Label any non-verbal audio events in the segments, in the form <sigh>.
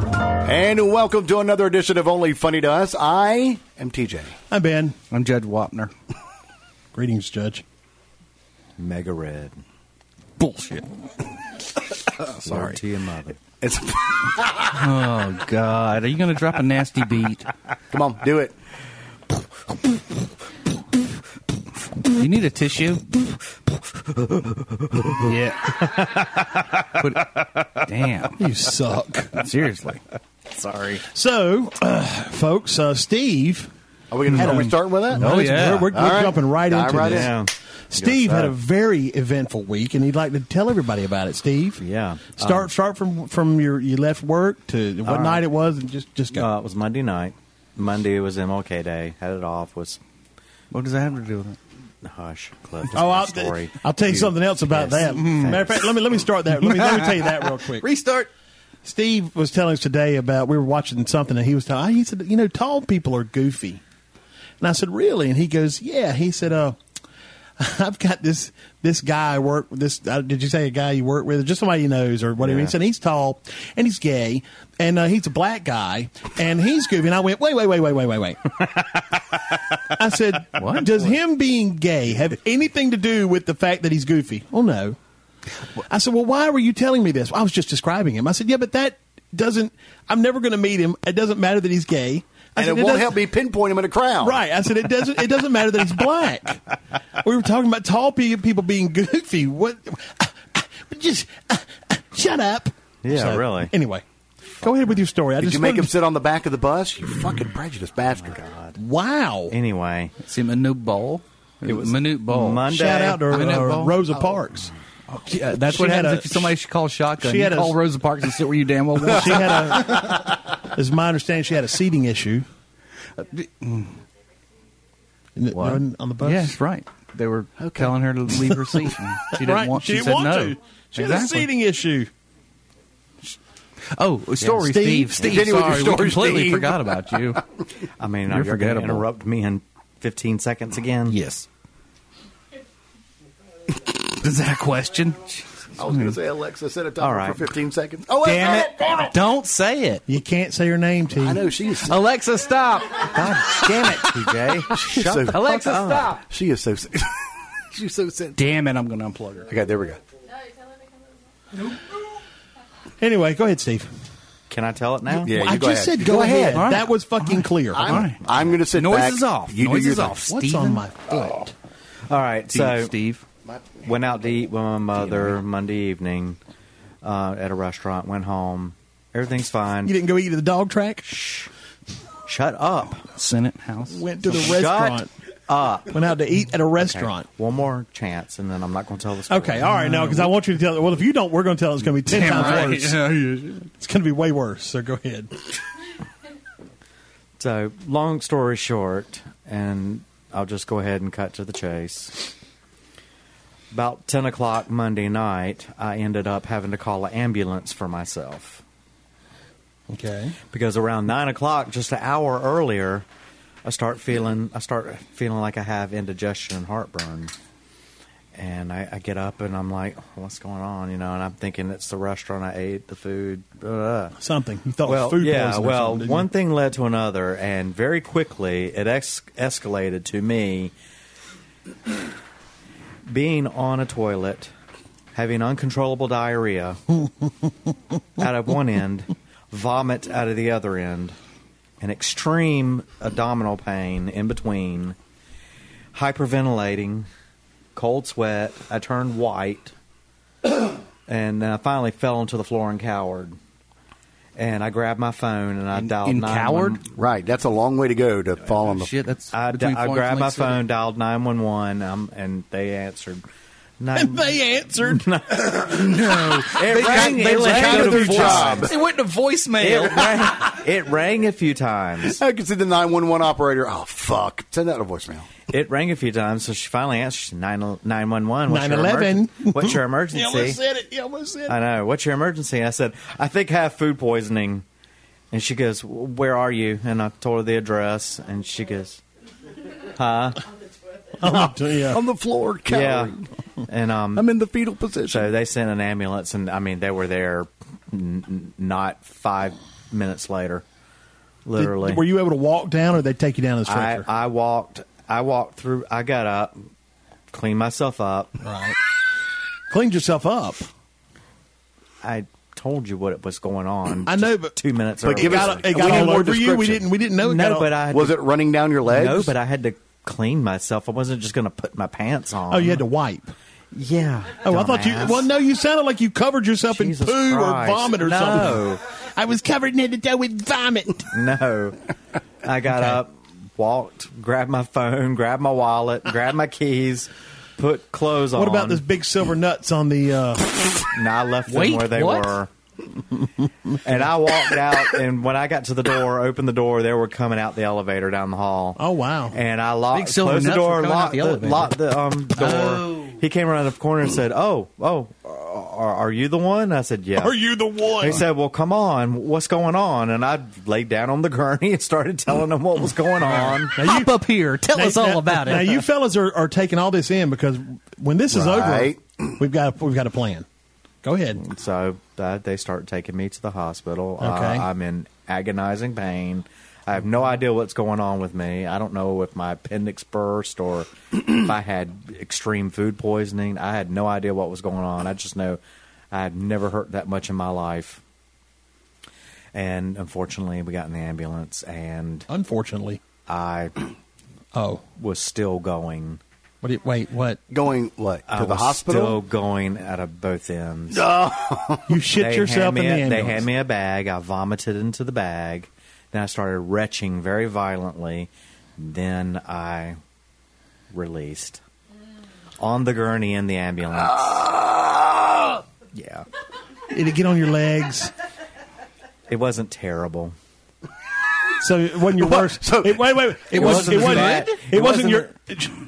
And welcome to another edition of Only Funny to Us. I am TJ. Hi, Ben. I'm Judge Wapner. <laughs> Greetings, Judge. Mega Red. Bullshit. Sorry. to your mother. It's, <laughs> Oh God, are you going to drop a nasty beat? come on, do it. You need a tissue. Yeah. Put damn. You suck. Seriously. Sorry. so, <clears throat> uh, folks, uh, Steve. Are we, gonna, are we starting with that? No. Oh, yeah. We're, we're All right. jumping right Dive into right this. in. Yeah. Steve had a Yes, very eventful week, and he'd like to tell everybody about it. Steve, Yeah. start start from from your you left work to what night it was, and just just go. Uh, it was Monday night. Monday was MLK Day. Had it off. Was What does that have to do with it? hush. Cliff, that's oh, my I'll, story. I'll tell you Dude, something else about yes, that. Mm-hmm. Matter of thanks. fact, let me let me start that. Let me, let me tell you that real quick. Restart. Steve was telling us today about we were watching something, and he was telling. He said, "You know, tall people are goofy," and I said, "Really?" And he goes, "Yeah." He said, "Uh, <laughs> I've got this this guy I work with. This uh, did you say a guy you work with, just somebody he knows or whatever?" Yeah. He said, "He's tall and he's gay and uh, he's a black guy and he's goofy." And I went, "Wait, wait, wait, wait, wait, wait, wait." I <laughs> said, What? Does him being gay have anything to do with the fact that he's goofy? Oh no. I said, Well, why were you telling me this? I was just describing him. I said, Yeah, but that doesn't I'm never gonna meet him. It doesn't matter that he's gay. I And said, it won't doesn't- help me pinpoint him in a crowd. Right. I said it doesn't it doesn't matter that he's black. We were talking about tall pe- people being goofy. What just shut up. Yeah, really. Anyway. Go ahead with your story. I Did just you make wanted him to- sit on the back of the bus? You fucking prejudiced Oh bastard. Wow. Anyway, See Manute Bowl. It was Manute Bowl. Monday. Shout out to I know, uh, Bo. Rosa Parks. Yeah, that's She what had a- happens if somebody should call shotgun. she you had a- call Rosa Parks and sit where you damn well want. <laughs> She had a, as my understanding, she had a seating issue. In the- on- On the bus? Yes, right. They were telling her to leave her seat. and She didn't right. want. she She, didn't said want no. to. She had a Exactly. seating issue. Oh, story, Steve. Steve, Steve. Steve, continue with your sorry, story, we completely Steve. forgot about you. I mean, You're you're, going to forgettable. interrupt me in 15 seconds again? yes. <laughs> Is that a question? I was going to say Alexa set a timer All right. for 15 seconds. Oh, wait, Hmm. Damn it! Damn it! Don't say it, You can't say her name, T. I know she's. Alexa. Stop. God damn it, <laughs> Oh, TJ. Shut so- the fuck Alexa, up. stop. She is so. <laughs> sen- she's so sensitive. Damn it! I'm going to unplug her. Okay, there we go. Anyway, go ahead, Steve. Can I tell it now? Yeah, I you go just ahead. said You go, go ahead. ahead. All right. That was fucking clear. I'm, All right. I'm going to sit Noise back. is off. You do Noise your is thing. off. What's Steven? on my foot? All right, Steve, so Steve. went out to eat with my mother Monday evening uh, at a restaurant. Went home. Everything's fine. You didn't go eat at the dog track? Shut up. Senate House. <laughs> Went to the Shut restaurant. Up. Went out to eat at a restaurant. One more chance, and then I'm not going to tell the story. Okay, all right, no, because I want you to tell. Well, if you don't, we're going to tell. It's going to be ten times worse. It's going to be way worse. So go ahead. So, long story short, and I'll just go ahead and cut to the chase. About 10 o'clock Monday night, I ended up having to call an ambulance for myself. Okay. because around nine o'clock, just an hour earlier, I start feeling I start feeling like I have indigestion and heartburn, and I, I get up and I'm like, "What's going on?" You know, and I'm thinking it's the restaurant I ate, the food. Blah. Something you thought Well, was food yeah. poisoning or Well, something, didn't one you? thing led to another, and very quickly it ex- escalated to me being on a toilet, having <laughs> uncontrollable diarrhea out of one end, vomit out of the other end, an extreme abdominal pain in between, hyperventilating, cold sweat. I turned white, <coughs> and then I finally fell onto the floor and cowered. And I grabbed my phone and I In- dialed in 911. cowered? Right, that's a long way to go to fall on the. Shit, that's I, between I Florence grabbed and my Lake City. phone, dialed nine one one, um, and they <laughs> answered. And Nine, they answered. it rang. they it let rang you go to a their few job. times. It went to It voicemail. rang, it rang a few times. I can see the 911 operator. Oh, fuck. Send out a voicemail. It rang a few times, so she finally answered nine nine one one. 911. What's <laughs> your You almost emergency? said it. You almost said <laughs> I it. know. What's your emergency? I said, I think I have food poisoning. And she goes, Where are you? And I told her the address, and she goes, Oh, <laughs> yeah. On the floor, Yeah. cowering. And um, I'm in the fetal position. So they sent an ambulance, and I mean they were there n- n- not five minutes later. Did- Literally, were you able to walk down, or they take you down to the I, stretcher? I walked. I walked through. I got up, cleaned myself up. right. Cleaned yourself up. I told you what was going on. I know, but two minutes. But earlier. give us- got, it We got need all more over you. We description. didn't. We didn't know. It got no, all- but I had Was to, it running down your legs? no, but I had to clean myself. I wasn't just going to put my pants on. Oh, you had to wipe. Yeah. Oh, I thought you. dumbass. Well, no, you sounded like you covered yourself Jesus in poo Christ. or vomit or No. something. I was covered head to toe with vomit. No. I got up, walked, grabbed my phone, grabbed my wallet, grabbed my keys, put clothes on. What about those big silver nuts on the? Uh, And I left them Wait, where they what? were. <laughs> and I walked out, and when I got to the door, opened the door, they were coming out the elevator down the hall. oh wow! And I locked, Big silver closed the nuts were door, coming out locked the the, elevator. locked the um, door. Oh. He came around the corner and said, "Oh, oh, are, are you the one?" I said, "Yeah." Are you the one? He said, "Well, come on, what's going on?" And I laid down on the gurney and started telling him what was <laughs> going on. Hop up here. Tell us all about it. Now <laughs> you fellas are, are taking all this in because when this is Right. over, we've got we've got a plan. Go ahead. So uh, they start taking me to the hospital. Okay. Uh, I'm in agonizing pain. I have no idea what's going on with me. I don't know if my appendix burst or if I had extreme food poisoning. I had no idea what was going on. I just know I had never hurt that much in my life. And unfortunately, we got in the ambulance and Unfortunately, I oh, was still going. what? do you- Wait, what? Going what to I the was Still hospital? going out of both ends. <laughs> You shit They yourself hand in me the a- ambulance. They hand me a bag. I vomited into the bag. Then I started retching very violently. Then I released on the gurney in the ambulance. Ah! Yeah, It'd get on your legs. it wasn't terrible. So it wasn't your worst. so- it, wait, wait, wait. It, wasn't. wasn't It wasn't, bad. it It wasn't wasn't- your.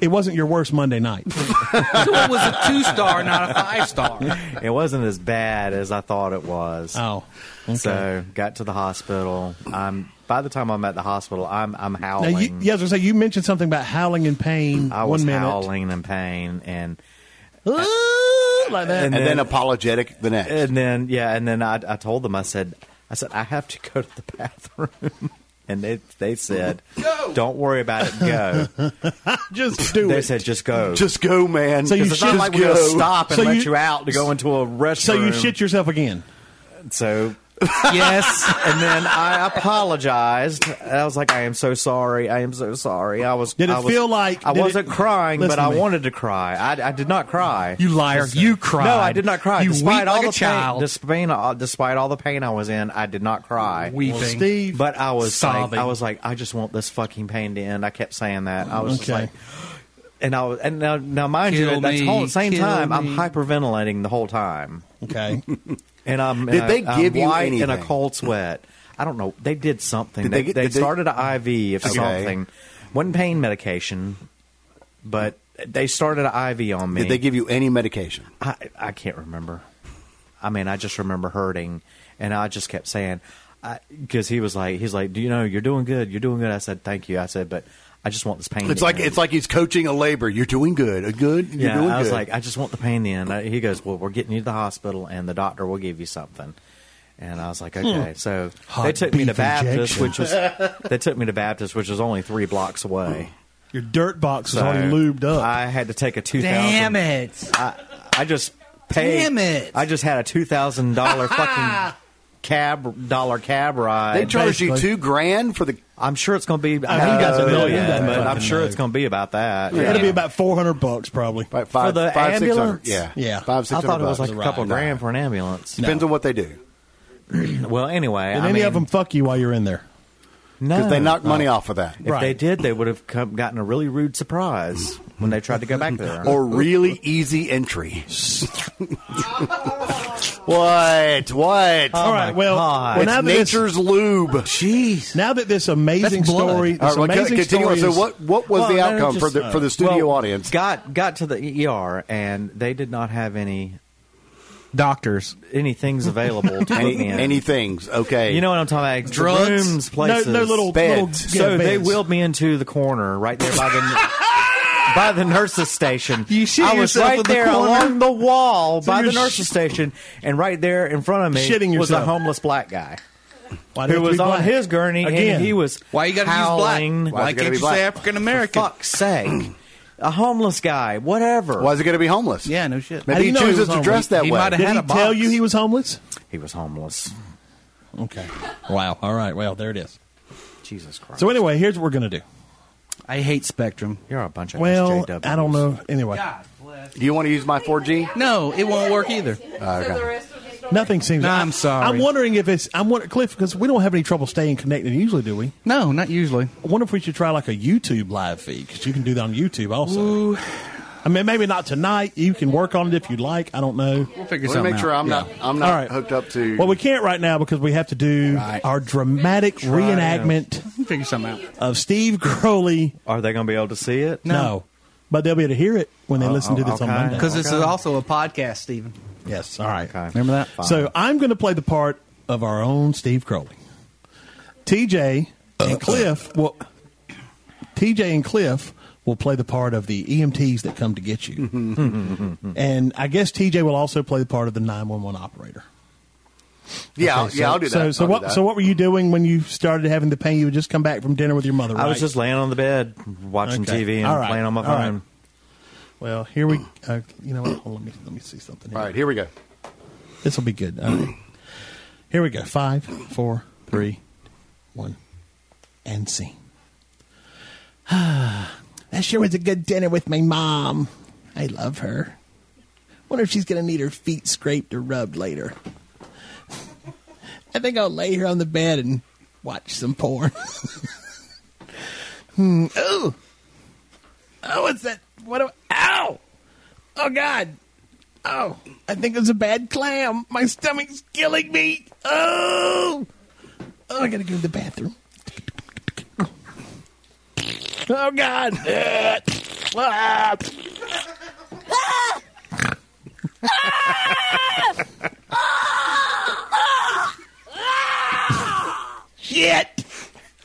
It wasn't your worst Monday <laughs> night. so it was a two star, not a five star. It wasn't as bad as I thought it was. Oh, okay. So got to the hospital. I'm by the time I'm at the hospital, I'm I'm now howling. you, yeah, I was gonna say you mentioned something about howling in pain. I one was minute. howling in pain and. like that. and then apologetic the next. And then yeah, and then I, I told them I said I said I have to <laughs> go to the bathroom, <laughs> and they they said don't worry about it, go. just do they it. said just go. just go, man. So you 'Cause it's not should like just we're gonna go. stop and So let you- you, out to go into a restroom. so you shit yourself again. So Yes. and then I apologized. I was like, I am so sorry. I am so sorry. I was. Did it I was- feel like- I did it- wasn't crying, Listen but to I me. wanted to cry. I, I did not cry. You liar. You cried. No, I did not cry. You despite weep all like the a child. Pain, despite, all- despite all the pain I was in, I did not cry. Weeping. Well, Steve, But I was Sobbing. Like, I was like, I just want this fucking pain to end. I kept saying that. I was just Okay. like, and I was, and now, now mind you, Kill at that me, whole, same kill time, I'm me. hyperventilating the whole time, <laughs> okay. and I'm Did and I- they I'm give you white in a anything? cold sweat. I don't know. They did something. Did they they get- they did they- started an IV of Okay. something. wasn't pain medication, but they started an IV on me. Did they give you any medication? I, I can't remember. I mean, I just remember hurting, and I just kept saying, because he was like, he's like, do you know you're doing good, you're doing good. I said, thank you. I said, but I just want this pain. It's to like end." it's like he's coaching a labor. You're doing good. Uh, Good. You're yeah. doing I was good. like, I just want the pain to end. I- He goes, well, we're getting you to the hospital, and the doctor will give you something. And I was like, okay. So Hot they took me to beef Baptist, injection. which was they took me to Baptist, which was only three blocks away. Your dirt box is So already lubed up. I had to take a two thousand. Damn it. I just paid. Damn it. I just had a two thousand dollar fucking cab dollar cab ride. they Oh, charge you basically- two grand for the. I'm sure it's going to be. I mean, think he it's a doesn't know. He million, doesn't but I'm fucking sure know. it's going to be about that. Yeah. It'll be about four hundred bucks probably. Right, five, the five, six hundred. ambulance? Yeah, Yeah. Five, six I hundred. thought it was bucks. like a couple Right. grand for an ambulance. Depends on what they do. Well, anyway, Did I any mean, of them fuck you while you're in there? No, Because they knock money off of that, If Right. they did, they would have come, gotten a really rude surprise when they tried to go back <laughs> there. or really easy <laughs> entry. what? What? All right. my Well, God. well, it's now that this- nature's lube. jeez. Now that this amazing That's blood. story, this All right, well, amazing continue on. So story is- what? What was Well, the no, outcome just, for the uh, for the studio well, audience? Got got to the ER and they did not have any Doctors. any things available to put Any, me in. any things? Okay. You know what I'm talking about? Drugs? rooms, places, no, no little, little yeah, Beds. So they beds. wheeled me into the corner right there by the <laughs> by the nurses station. You shit I was yourself right in the there corner? along the wall by you're the nurses sh- station, and right there in front of me Shitting was a yourself. homeless black guy. Why do who you have to was be on black? his gurney Again. and he was Why you got to use howling. black? Why Why is it gotta can't be you black? say African For American? fuck's sake, <clears throat> a homeless guy, whatever. Why is he going to be homeless? Yeah, no shit. How do Maybe you he know he chooses was to homeless? dress that He way. might've- Did had he a tell box. you he was homeless? He was homeless. Okay. Wow. All right. Well, there it is. Jesus Christ. So anyway, here's what we're gonna do. I hate Spectrum. You're a bunch of Well, SJWs. I don't know. Anyway, bless. Do you want to use my 4G? No, it won't work either. Ah, So the rest of the story. nothing seems. No, I'm sorry. I'm wondering if it's. I'm wondering, Cliff, because we don't have any trouble staying connected. Usually, do we? No, not usually. I wonder if we should try like a YouTube live feed because you can do that on YouTube also. I mean, maybe not tonight. You can work on it if you'd like. I don't know. We'll figure Let me something make sure out. I'm Yeah. not I'm All not right. hooked up to. Well, we can't right now because we have to do Right. our dramatic reenactment We'll figure something out. of Steve Crowley. Are they going to be able to see it? No. but they'll be able to hear it when they Oh, listen to this on okay. Monday. Because this Okay. is also a podcast, Stephen. yes, all right. Okay. Remember that? Fine. So I'm going to play the part of our own Steve Crowley. TJ and Cliff will. TJ and Cliff will play the part of the EMTs that come to get you, <laughs> and I guess TJ will also play the part of the 911 operator. yeah, Okay, so, yeah, I'll do that. So, so I'll do what? that. So, what were you doing when you started having the pain? You would just come back from dinner with your mother. I was right? just laying on the bed watching Okay. TV and All right. playing on my All right. phone. Well, here we. Uh, you know what? Hold on, let me let me see something. Here. All right, here we go. this will be good. All right, here we go. Five, four, three, one, and scene. <sighs> that sure was a good dinner with my mom. I love her. Wonder if she's gonna need her feet scraped or rubbed later. <laughs> I think I'll lay here on the bed and watch some porn. <laughs> hmm. Oh. Oh, what's that? What? do I, ow! Oh God! Oh, I think it was a bad clam. My stomach's killing me. Oh, oh, I gotta go to the bathroom. Oh God! Ah. Ah. Ah. Ah. Ah. Shit!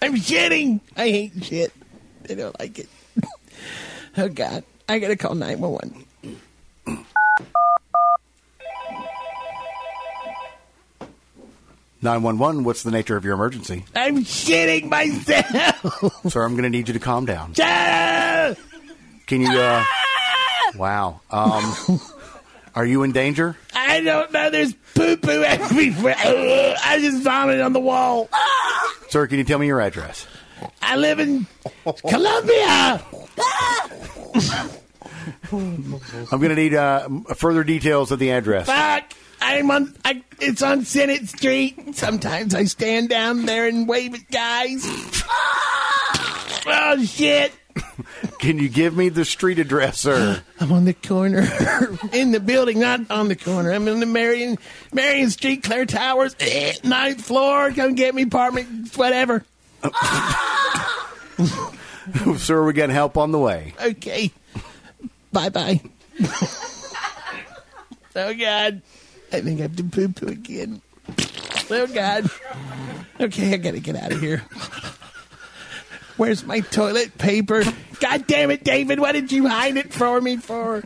I'm shitting. I hate shit. I don't like it. Oh God! I gotta call nine one one. Nine one one. What's the nature of your emergency, I'm shitting myself. sir? I'm going to need you to calm down. Ah! Can you? <laughs> uh Wow. Um Are you in danger? I don't know. There's poo poo everywhere. <laughs> Ugh, I just vomited on the wall. Sir, can you tell me your address? I live in Colombia. I'm going to need uh, further details of the address. Fuck. I'm on. I, it's on Senate Street. Sometimes I stand down there and wave at guys. <laughs> Oh shit! Can you give me the street address, <laughs> sir? I'm on the corner in the building, not on the corner. I'm in the Marion Marion Street, Claire Towers, eh, ninth floor. Come get me, apartment, whatever. sir, we got help on the way. Okay. Bye bye. oh God. I think I have to poo poo again. Oh God. Okay, I gotta get out of here. Where's my toilet paper? God damn it, David, what did you hide it for me for?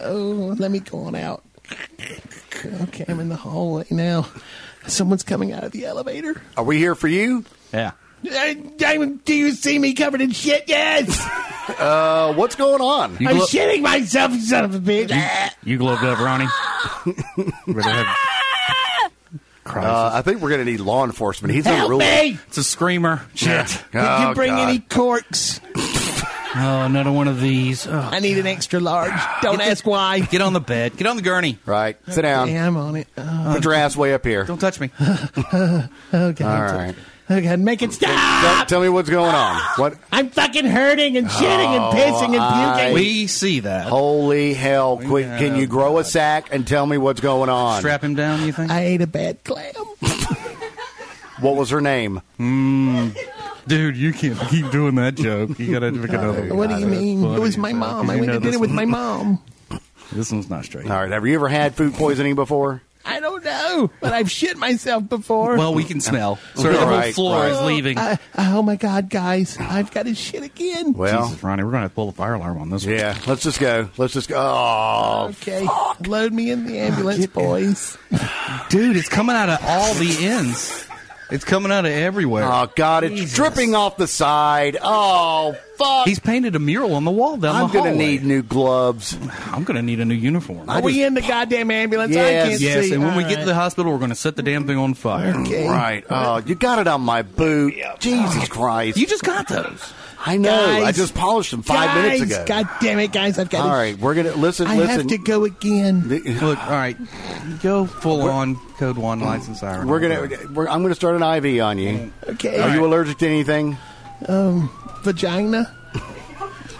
Oh, let me go on out. Okay, I'm in the hallway now. Someone's coming out of the elevator. Are we here for you? Yeah. Uh, Damon, do you see me covered in shit? Yes! Uh, what's going on? You I'm glo- shitting myself, you son of a bitch. You gloved <laughs> up, Ronnie. Really have- Uh, I think we're going to need law enforcement. He's Help unruly. me! It's a screamer. Shit. Did Oh, you bring God. any corks? Oh, another one of these. Oh. I need an extra large. Don't ask why. Get on the bed. Get on the gurney. Right. Sit down. Yeah, I'm on it. Oh, Put your ass way up here. Don't touch me. oh God. All right. Oh, God. Make it Tell, stop! tell me what's going on. What? I'm fucking hurting and shitting and pissing and Oh, puking. We see that. Holy hell! Quick, can you grow a sack and tell me what's going on? Strap him down, you think? I ate a bad clam. What was her name? Dude, you can't keep doing that joke. You gotta pick another what do you mean? It was my mom. I went to dinner with my mom. This one's not straight. All right. Have you ever had food poisoning before? I don't know, but I've shit myself before. Well, we <laughs> can smell. Sir, the whole Right, Uh, floor right. is leaving. I- oh my God, guys! I've got to shit again. Well, Jesus, Ronnie, we're gonna have to pull the fire alarm on this one. yeah. Let's just go. Let's just go. Oh, okay, load me in the ambulance, boys. Dude, it's coming out of all the ends. It's coming out of everywhere. Oh God, it's dripping off the side. Oh fuck! He's painted a mural on the wall down I'm the gonna hallway. need new gloves. I'm gonna need a new uniform. I Are we just- in the goddamn ambulance? Yes. I can't yes, see. and when we All get to the right. hospital, we're gonna set the damn thing on fire. Right. Oh, you got it on my boot. Jesus Christ! You just got those. I know. I Guys. just polished them five guys, minutes ago. God damn it, guys! I've got. All to, right, we're gonna listen. I listen. have to go again. Look, all right, go full on code one license siren. We're gonna. We're, I'm gonna start an IV on you. Okay. Are you allergic to anything? Vagina.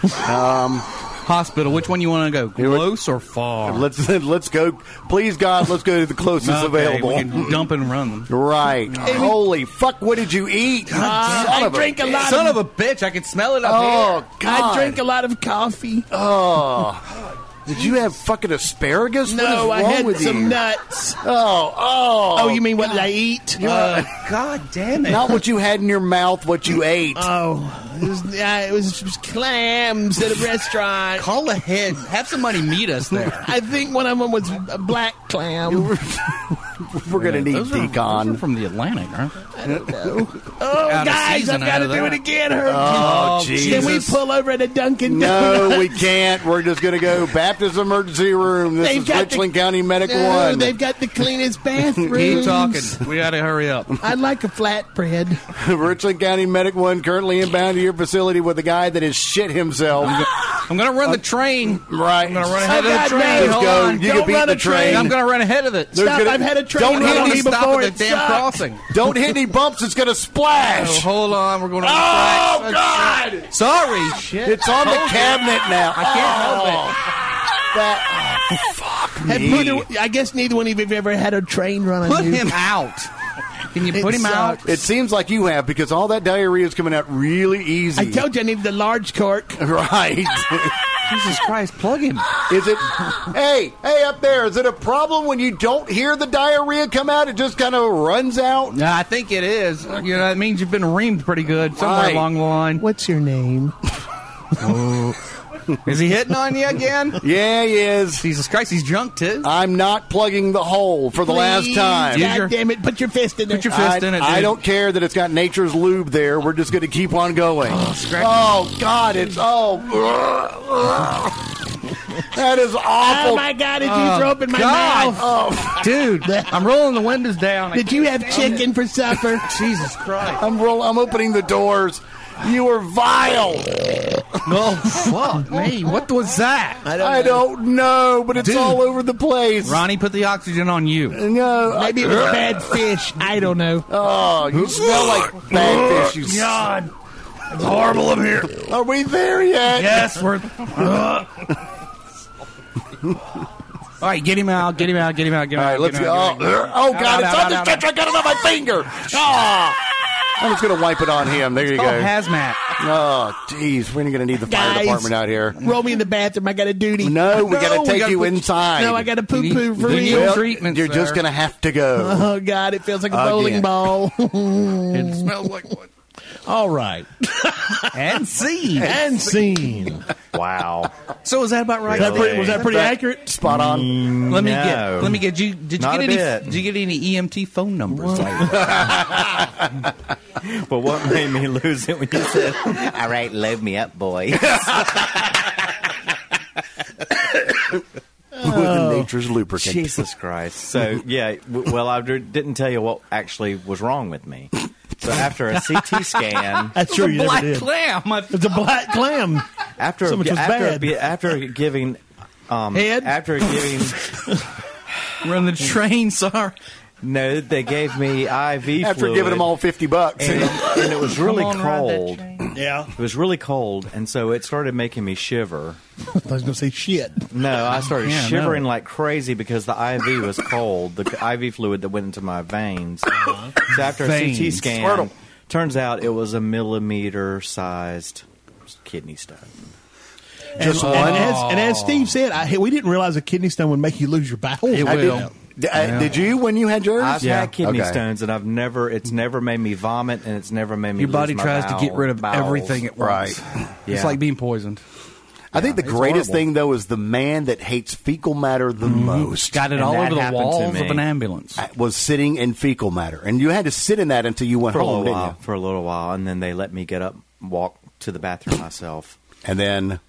hospital. Which one you want to go, were- close or far? Let's <laughs> let's go. Please God, let's go to the closest <laughs> Okay, available. We can dump and run <laughs> them. Right. Holy fuck! What did you eat? Ah, Son I of Uh, a- drink a lot. Son of, of a bitch! I can smell it up Oh God! Oh, I drink a lot of coffee. Did you have fucking asparagus? What is no, I wrong had with some you? nuts. Oh, oh, Oh, you mean what did I eat? here. Uh, Uh, God damn it! not what you had in your mouth? What you ate? oh, it was, uh, it was just clams at a restaurant. Call ahead. Have somebody meet us there. I think one of them was a black clam. We're gonna need Those are- decon. those are from the Atlantic, aren't they? Oh, Out of guys, I've season got to out of do it that. again. Herb. oh, Can we Jesus. pull over at a Dunkin' no, Donuts? we can't. We're just gonna go Baptist emergency room. This They've is got the- Richland County Medical No, One. they've got the cleanest bathroom. Keep talking. We gotta hurry up. I'd like a flatbread. Richland County Medic One currently inbound to your facility with a guy that has shit himself. I'm gonna run the train. <laughs> right. I'm gonna run ahead Oh, of God, the train. man. Just Hold go. on. You Don't can beat run the a train. train. I'm gonna run ahead of it. There's Stop, gonna- I've had a train Don't run hit on any me stop before. at it the damn sucked. crossing. Don't hit any bumps. It's gonna Oh, splash. hold on. We're going on. Oh, the tracks. God! Sorry. Shit. It's on the cabinet now. I can't help it. That, oh, fuck Have me. neither- I guess neither one of you have ever had a train run on Put you. him out. Can you It put him out? sucks. It seems like you have because all that diarrhea is coming out really easy. I <laughs> told you I needed the large cork. Right. Jesus Christ! Plug him. Is it? hey, hey, up there! Is it a problem when you don't hear the diarrhea come out? It just kind of runs out. No, I think it is. You know, it means you've been reamed pretty good somewhere Right. along the line. What's your name? Is he hitting on you again? Yeah, he is. <laughs> Jesus Christ, he's drunk too. I'm not plugging the hole for the last Please, time. Yeah. Use your- God damn it! Put your fist in there. Put your I, fist in it. Dude. I don't care that it's got nature's lube there. We're just going to keep on going. Oh, scratch- God, it's oh. <laughs> that is Oh awful. my God! Did you throw up in my God. mouth? Oh, <laughs> dude. I'm rolling the windows down. Did you have chicken for supper? Jesus <laughs> Christ! I'm roll- I'm opening the doors. You are vile. No, Oh, <laughs> fuck me. What was that? I don't know, but it's Dude. all over the place. Ronnie put the oxygen on you. No, I- Maybe it was bad fish. I don't know. Oh, you smell like bad fish. You s- <laughs> God, it's horrible up here. Are we there yet? Yes, we're. <laughs> All right, get him out, get him out, get him out, get him All out. right, let's get go. Oh, him out, get him out. oh, God, Out, it's out, on the out, stretcher. I got it on my finger. Oh. I'm just going to wipe it on him. There you Oh, go. hazmat. Oh, jeez. We're going to need the fire Guys. department out here. Roll me in the bathroom. I got a duty. No, we No, got we to take gotta you put- inside. No, I got a poo You poo need- for you need- real. treatment, You're just sir. going to have to <laughs> go. Oh God, it feels like a Again. bowling ball. It smells like what? All right, <laughs> And see. and scene. Wow. So is that about right? Was that pretty, was that pretty That- accurate? Spot on. Let me No. get. Let me get. You, did you Not get a any? bit. Did you get any E EMT phone <laughs> numbers? later? But what made me lose it when you said, <laughs> "All right, load me up, boy." With the nature's lubricant. <laughs> Jesus Christ. So yeah, w- well, I d- didn't tell you what actually was wrong with me. So after a CT scan, That's true. You never Black did. clam. I- It's a black clam. after So much was after bad. after giving um, Head? <laughs> after giving We're on the train, sir. no, they gave me <laughs> IV After fluid, giving them all 50 bucks. and, and it was really Come on, ride that cold. train. Yeah, It was really cold, and so it started making me shiver. I was going to say shit. No, I started Yeah, shivering no. like crazy because the IV was cold, the IV fluid that went into my veins. So after a CT Uh-huh. Veins. scan, Squirtle. turns out it was a millimeter sized kidney stone. Just and, one? And as, and as Steve said, I, we didn't realize a kidney stone would make you lose your bowel. It I will. didn't- d- I- Did you when you had yours? I've Yeah. had kidney Okay. stones, and I've never. It's never made me vomit, and it's never made me. Your lose body my tries to bowel- get rid of bowels. everything at once. Right. It's Yeah. like being poisoned. I think the it's greatest horrible. Mm-hmm. thing though is the man that hates fecal matter the most Got it And all that over the happened to walls me. of an ambulance. was sitting in fecal matter, and you had to sit in that until you went for a home, little didn't while. you? For a little while, and then they let me get up, walk to the bathroom myself. And then,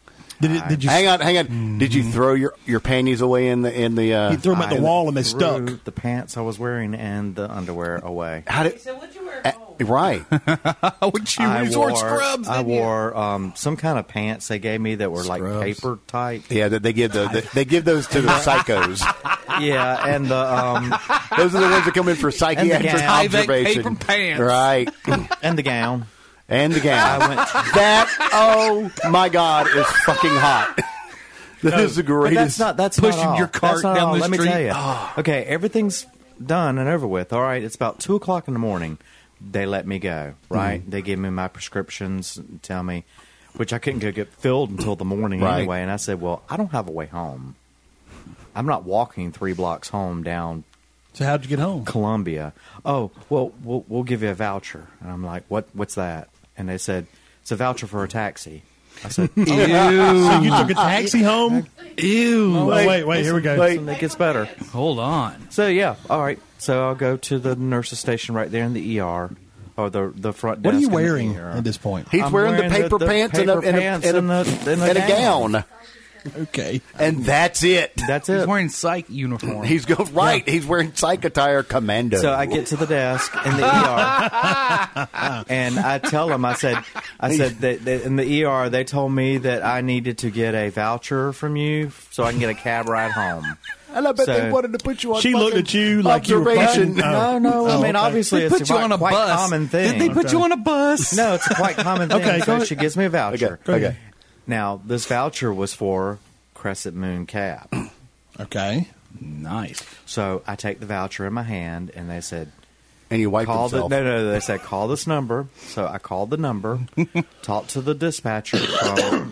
Did, it, did you hang on, hang on. Did Mm-hmm. you throw your your panties away in the in the? Uh, He threw them at the I wall and they threw stuck. The pants I was wearing and the underwear away. how did? So what'd you wear uh, home? right. I <laughs> would you I resort wore, <laughs> scrubs. I didn't you? wore um, some kind of pants they gave me that were like Scrubs. paper tight. Yeah, that they give the, the they give those to the psychos. yeah, and the um, Those are the ones that come in for psychiatric gown. observation. Paper pants. Right. and the gown. And the gown. I went. <laughs> that oh my god is fucking hot. That is the But greatest. that's not that's Pushing not all. your cart That's not down all. the Let street. Ah. Me tell you. Okay, everything's done and over with. All right, it's about two o'clock in the morning. They let me go. Hmm. Right, they give me my prescriptions. And tell me, which I couldn't go get filled until the morning Right. anyway. And I said, well, I don't have a way home. I'm not walking three blocks home down So how'd you get home? Columbia. Oh, well, we'll we'll give you a voucher. And I'm like, what? What's that? And they said, it's a voucher for a taxi. I said, oh, So you <laughs> took a taxi home? Ew. Oh, wait, wait, here we go. Wait. and it gets better. Hold on. So yeah, all right. So I'll go to the nurse's station right there in the ER or the the front. What are desk you in the wearing ER. at this point? He's I'm wearing, the paper pants and a, paper and a, pants and a, and the- and the and a gown. gown. Okay. and that's it. <laughs> That's He's it. wearing psych uniform. He's go right. He's wearing psych attire, commando. So I get to the desk in the ER, <laughs> and I tell them, I said, I said that, that in the ER they told me that I needed to get a voucher from you so I can get a cab ride home. <laughs> and I bet they so- wanted to put you on. She looked fucking at you like you were observation. <laughs> fucking- <laughs> No, no. I Oh, mean, okay. obviously, they it's put you quite- on a quite bus. common thing. Did they put you on a bus? No, it's a quite common <laughs> thing. Okay, go so she gives me a voucher. Okay, okay. Now, this voucher was for Crescent Moon Cab. <clears throat> Okay. Nice. So I take the voucher in my hand, and they said, and you wiped call the, himself. no, no, they said, call this number. So I called the <laughs> number, talked to the dispatcher from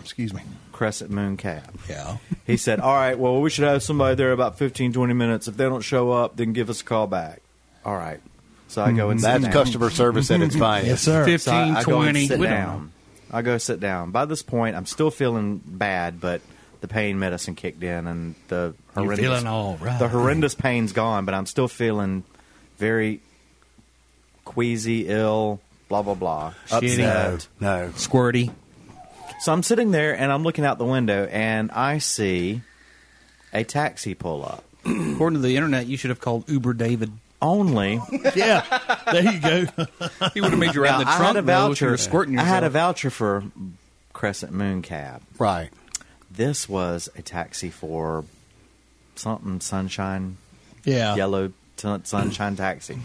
<coughs> Excuse me. Crescent Moon Cab. Yeah. He said, all right, well, we should have somebody there about 15, 20 minutes. If they don't show up, then give us a call back. All right. So I Hmm. go and sit That's down. customer service at <laughs> its finest. Yes, sir. Fifth- So I, I go and 15, sit 20. down. I go sit down. By this point, I'm still feeling bad, but the pain medicine kicked in, and the You're horrendous feeling all right. the horrendous pain's gone. But I'm still feeling very queasy, ill, blah blah blah, Shitty. No, upset. no. Squirty. So I'm sitting there and I'm looking out the window, and I see a taxi pull up. According to the internet, you should have called Uber David. Only yeah. There you go. He would have made you ride Now, in the I trunk. had a though, if you were voucher. Squirting I yourself. had a voucher for Crescent Moon Cab. Right. this was a taxi for something sunshine Yeah. yellow t- sunshine taxi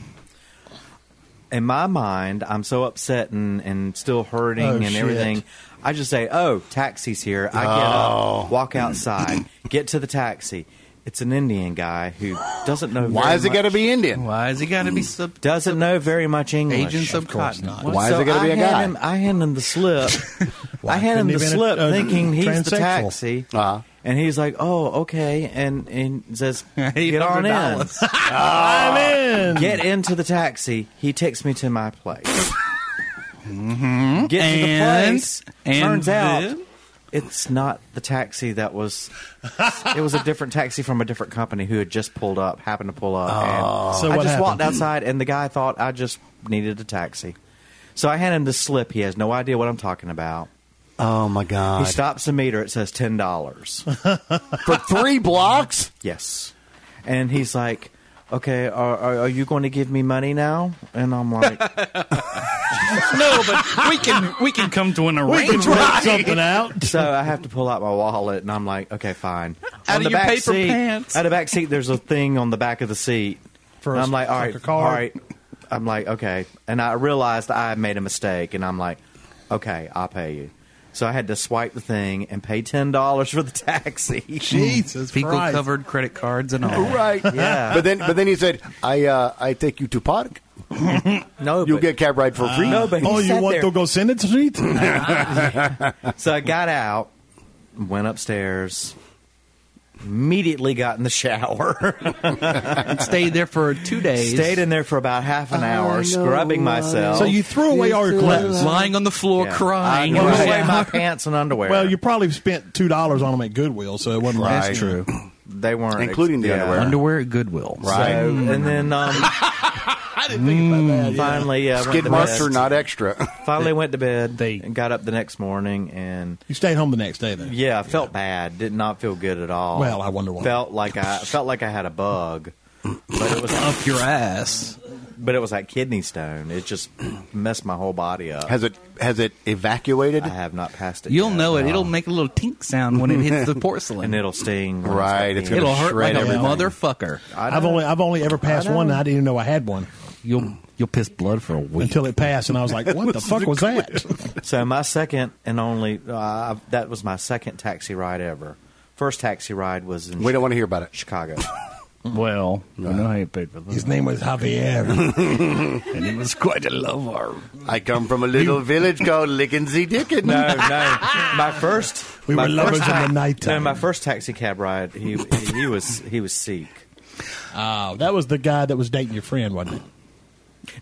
in my mind i'm so upset and, and still hurting Oh, and shit. everything i just say oh taxi's here i get up walk outside get to the taxi it's an indian guy who doesn't know Why very is it much- got to be Indian? Why has he got to be sub? doesn't know very much english Agents of cotton. What? Why is so it got to I be a hand guy? Him, I hand him the slip. I hand him couldn't he the been a- slip, a thinking he's the transsexual? taxi, Uh-huh. and he's like, "Oh, okay," and and says, "Get on in, $800. I'm in. get into the taxi." He takes me to my place. Get to the And- place. and turns out. then? It's not the taxi that was. It was a different taxi from a different company who had just pulled up, happened to pull up. and So I what just happened? walked outside, and the guy thought I just needed a taxi. So I hand him the slip. He has no idea what I'm talking about. Oh my He god! stops the meter. It says ten dollars. For three blocks? yes, and he's like, "Okay, are, are, are you going to give me money now?" And I'm <laughs> like, no, but we can we can come to an Can arrangement. take something out. "So I have to pull out my wallet," and I'm like, "Okay, fine." Out on of the your back paper seat, pants. Out of the back seat, there's a thing on the back of the seat. For and a I'm like, "All sucker right, card." all right." I'm like, "Okay," and I realized I made a mistake, and I'm like, "Okay, I'll pay you." So I had to swipe the thing and pay ten dollars for the <laughs> taxi. Jesus Fecal Christ. covered credit cards and all. Right. <laughs> Yeah. But then, but then he said, "I, uh, I take you to park. No, You'll but- get cab ride for free." no, but he Oh, you sat want there. to go send it to me? So I got out, went upstairs, Immediately got in the shower. <laughs> and stayed there for two days. Stayed in there for about half an hour, scrubbing myself. So you threw away all your clothes. lying on the floor Yeah. crying. I It threw was- away my pants and underwear. Well, you probably spent two dollars on them at Goodwill, so it wasn't Right. right. That's true. they weren't, Including the underwear. Underwear at Goodwill. Right. So- and then um, <laughs> I didn't think about that. finally, yeah, went Skid to marks bed. are not extra. Finally, went to bed. They- and got up the next morning, and You stayed home the next day, then. yeah, I felt bad. Did not feel good at all. Well, I wonder why. Felt like I felt like I had a bug, but it was Up your ass. but it was like kidney stone. It just <clears throat> messed my whole body up. Has it has it evacuated? I have not passed it. You'll yet. know it. No. It'll make a little tink sound when it <laughs> hits the and porcelain. it'll sting. when Right, got it's the- gonna It'll hurt shred like a everything. motherfucker. I I've know. only I've only ever passed I know. one. And I didn't even know I had one You'll you'll piss blood for a week. until it passed, and I was like, "What <laughs> the fuck was that?" So my second and only uh, that was my second taxi ride ever. First taxi ride was in We don't want to hear about it. <laughs> Chicago. Well, I know how you paid for <laughs> His that. name was <laughs> Javier. And it was quite a love arm. I come from a little village called Lickensy Dickens. No, no, my first. We my were lovers first in the ta- nighttime. No, my first taxi cab ride. He he was he was Sikh. Oh, that was the guy that was dating your friend, wasn't it?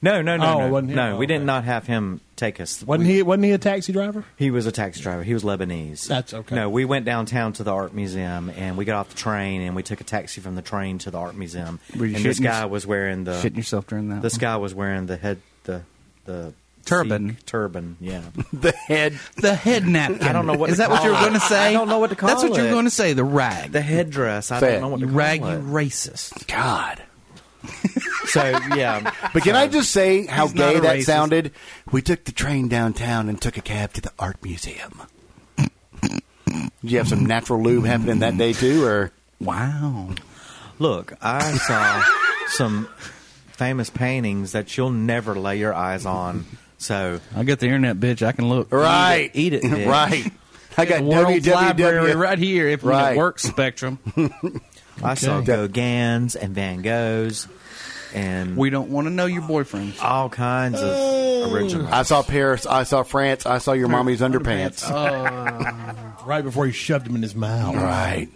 No, no, no, Oh, no. it wasn't him? no Oh, we did okay. not have him take us. Wasn't We- he? Wasn't he a taxi driver? He was a taxi driver. He was Lebanese. That's okay. No, we went downtown to the art museum and we got off the train and we took a taxi from the train to the art museum. Were you and this shitting your- guy was wearing the Shitting yourself during that. This one. guy was wearing the head the the Turban. Sikh turban. Yeah. The head. The head napkin. I don't know what Is to that what call you're it. going to say? I don't know what to call That's what you're it. going to say. The rag. The headdress. I Say it. don't know what you to rag. call You it. racist. God. So yeah. But can I just say how He's not gay a that racist. sounded? We took the train downtown and took a cab to the art museum. Did you have some natural lube happening that day too, or Wow. Look, I saw some famous paintings that you'll never lay your eyes on. So I got the internet, bitch. I can look. right? <laughs> Eat it, bitch. right? I got The World's Library www. right here. If Right. we it works, <laughs> Spectrum. I saw Okay. Gauguins and Van Goghs and We don't want to know your boyfriends. all kinds of original. I saw Paris. I saw France. I saw your mommy's underpants. Right before he shoved him in his mouth. Right.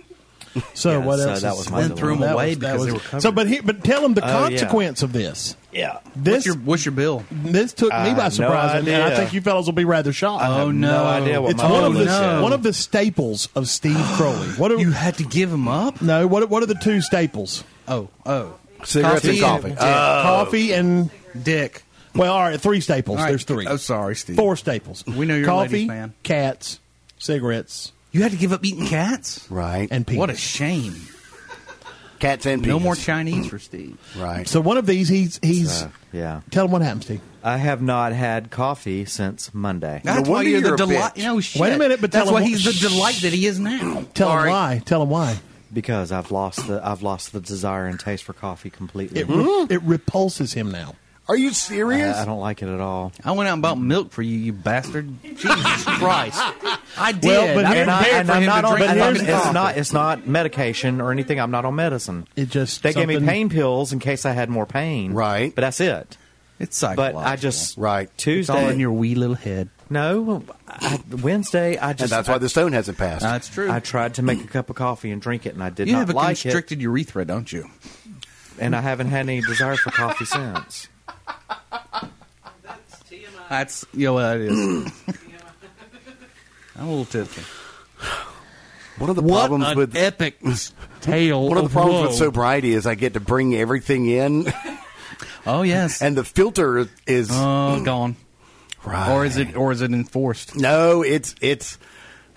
So Yeah, what so else? that is- was my Then threw 'em That away was- that because was- they were covered. So, but he, but tell him the Oh, yeah. consequence of this. Yeah. This What's your, what's your bill? this took me I by have no surprise, and- and I idea. think you fellas will be rather shocked. Oh no no! idea what it's my one oh, of the no. one of the staples of <gasps> Steve Crowley. What are you had to give him up. no? What are- what are the two staples? Oh oh, Cigarettes and coffee. Dick. Uh, Oh. Coffee and dick. well, all right, three staples. All right. There's three. Oh, sorry, Steve. Four staples. We know you're a coffee, ladies' man. cats, cigarettes, You had to give up eating cats. right. and penis. What a shame! cats and No penis. more Chinese for Steve. Right. so one of these, he's he's. So, yeah. Tell him what happened, Steve. I have not had coffee since Monday. That's why wonder you're you're the a delight. bitch. No shit. Wait a minute, but that's tell why him- he's the delight that he is now. Tell him Sorry. why. Tell him why. Because I've lost the I've lost the desire and taste for coffee completely. It re- Hmm? it repulses him now. Are you I, serious? I don't like it at all. I went out and bought milk for you, you bastard. Jesus Christ! I did. Well, but I here- prepared and for I'm him not to on. drink and I'm- fucking here's it's coffee. not. It's not medication or anything. I'm not on medicine. It just they gave me something- pain pills in case I had more pain. Right. But that's it. It's But psychological. I just Right. It's It's all Tuesday. in your wee little head. no I, Wednesday. I and just that's why the stone hasn't passed. That's true. I tried to make a cup of coffee and drink it, and I did you not have a like constricted urethra, don't you? it. And I haven't had any desire for coffee since. That's you know what it is. <laughs> I'm a little tipsy. one of the What problems an with epic tale. one of the problems woe. with sobriety is I get to bring everything in, <laughs> Oh yes, and the filter is oh gone. right. Or is it? Or is it enforced? No, it's it's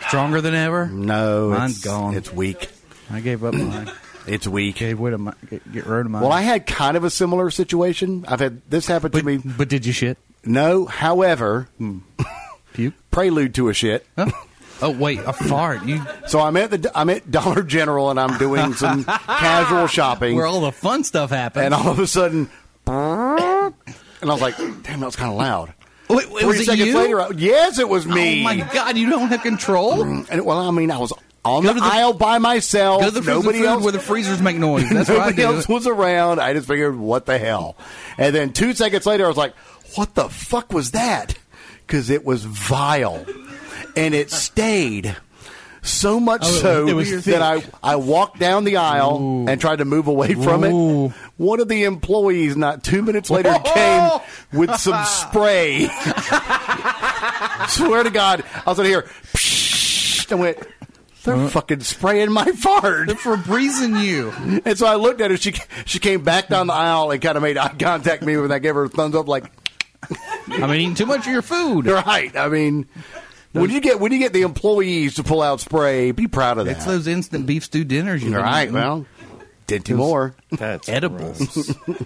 Stronger than ever. no. Mine's it's, gone. It's weak. I gave up mine. <coughs> It's weak. Gave way to my, get, get rid of mine. Well, I had kind of a similar situation. I've had this happen to But, me. but did you shit? No, however, Puke? prelude to a shit. Huh? Oh wait, a fart. You So I'm at the I'm at Dollar General and I'm doing some <laughs> casual shopping, where all the fun stuff happens. and all of a sudden, and I was like, "Damn, that was kind of loud." wait, wait, Three was it seconds you? later, I, yes, it was me. Oh my god, you don't have control. And well, I mean, I was on Go the, to the- aisle by myself. Go to the frozen nobody food else where the freezers <laughs> make noise. That's what I nobody do. else was around. I just figured, what the hell? And then two seconds later, I was like, what the fuck was that? Because it was vile, and it stayed. So much Oh, it so was- it was thick. that I, I walked down the aisle and tried to move away from it. Ooh. One of the employees, not two minutes later, came with some spray. <laughs> Swear to God, I was in here and went, they're fucking spraying my fart. for breezing you. And so I looked at her. She she came back down the aisle and kind of made eye contact with me when I gave her a thumbs up. Like, I've been eating too much of your food. you're right. I mean, when you get when you get the employees to pull out spray, be proud of that. It's Mm-hmm. those instant beef stew dinners you're All right. Well, did two more. That's Edibles. gross.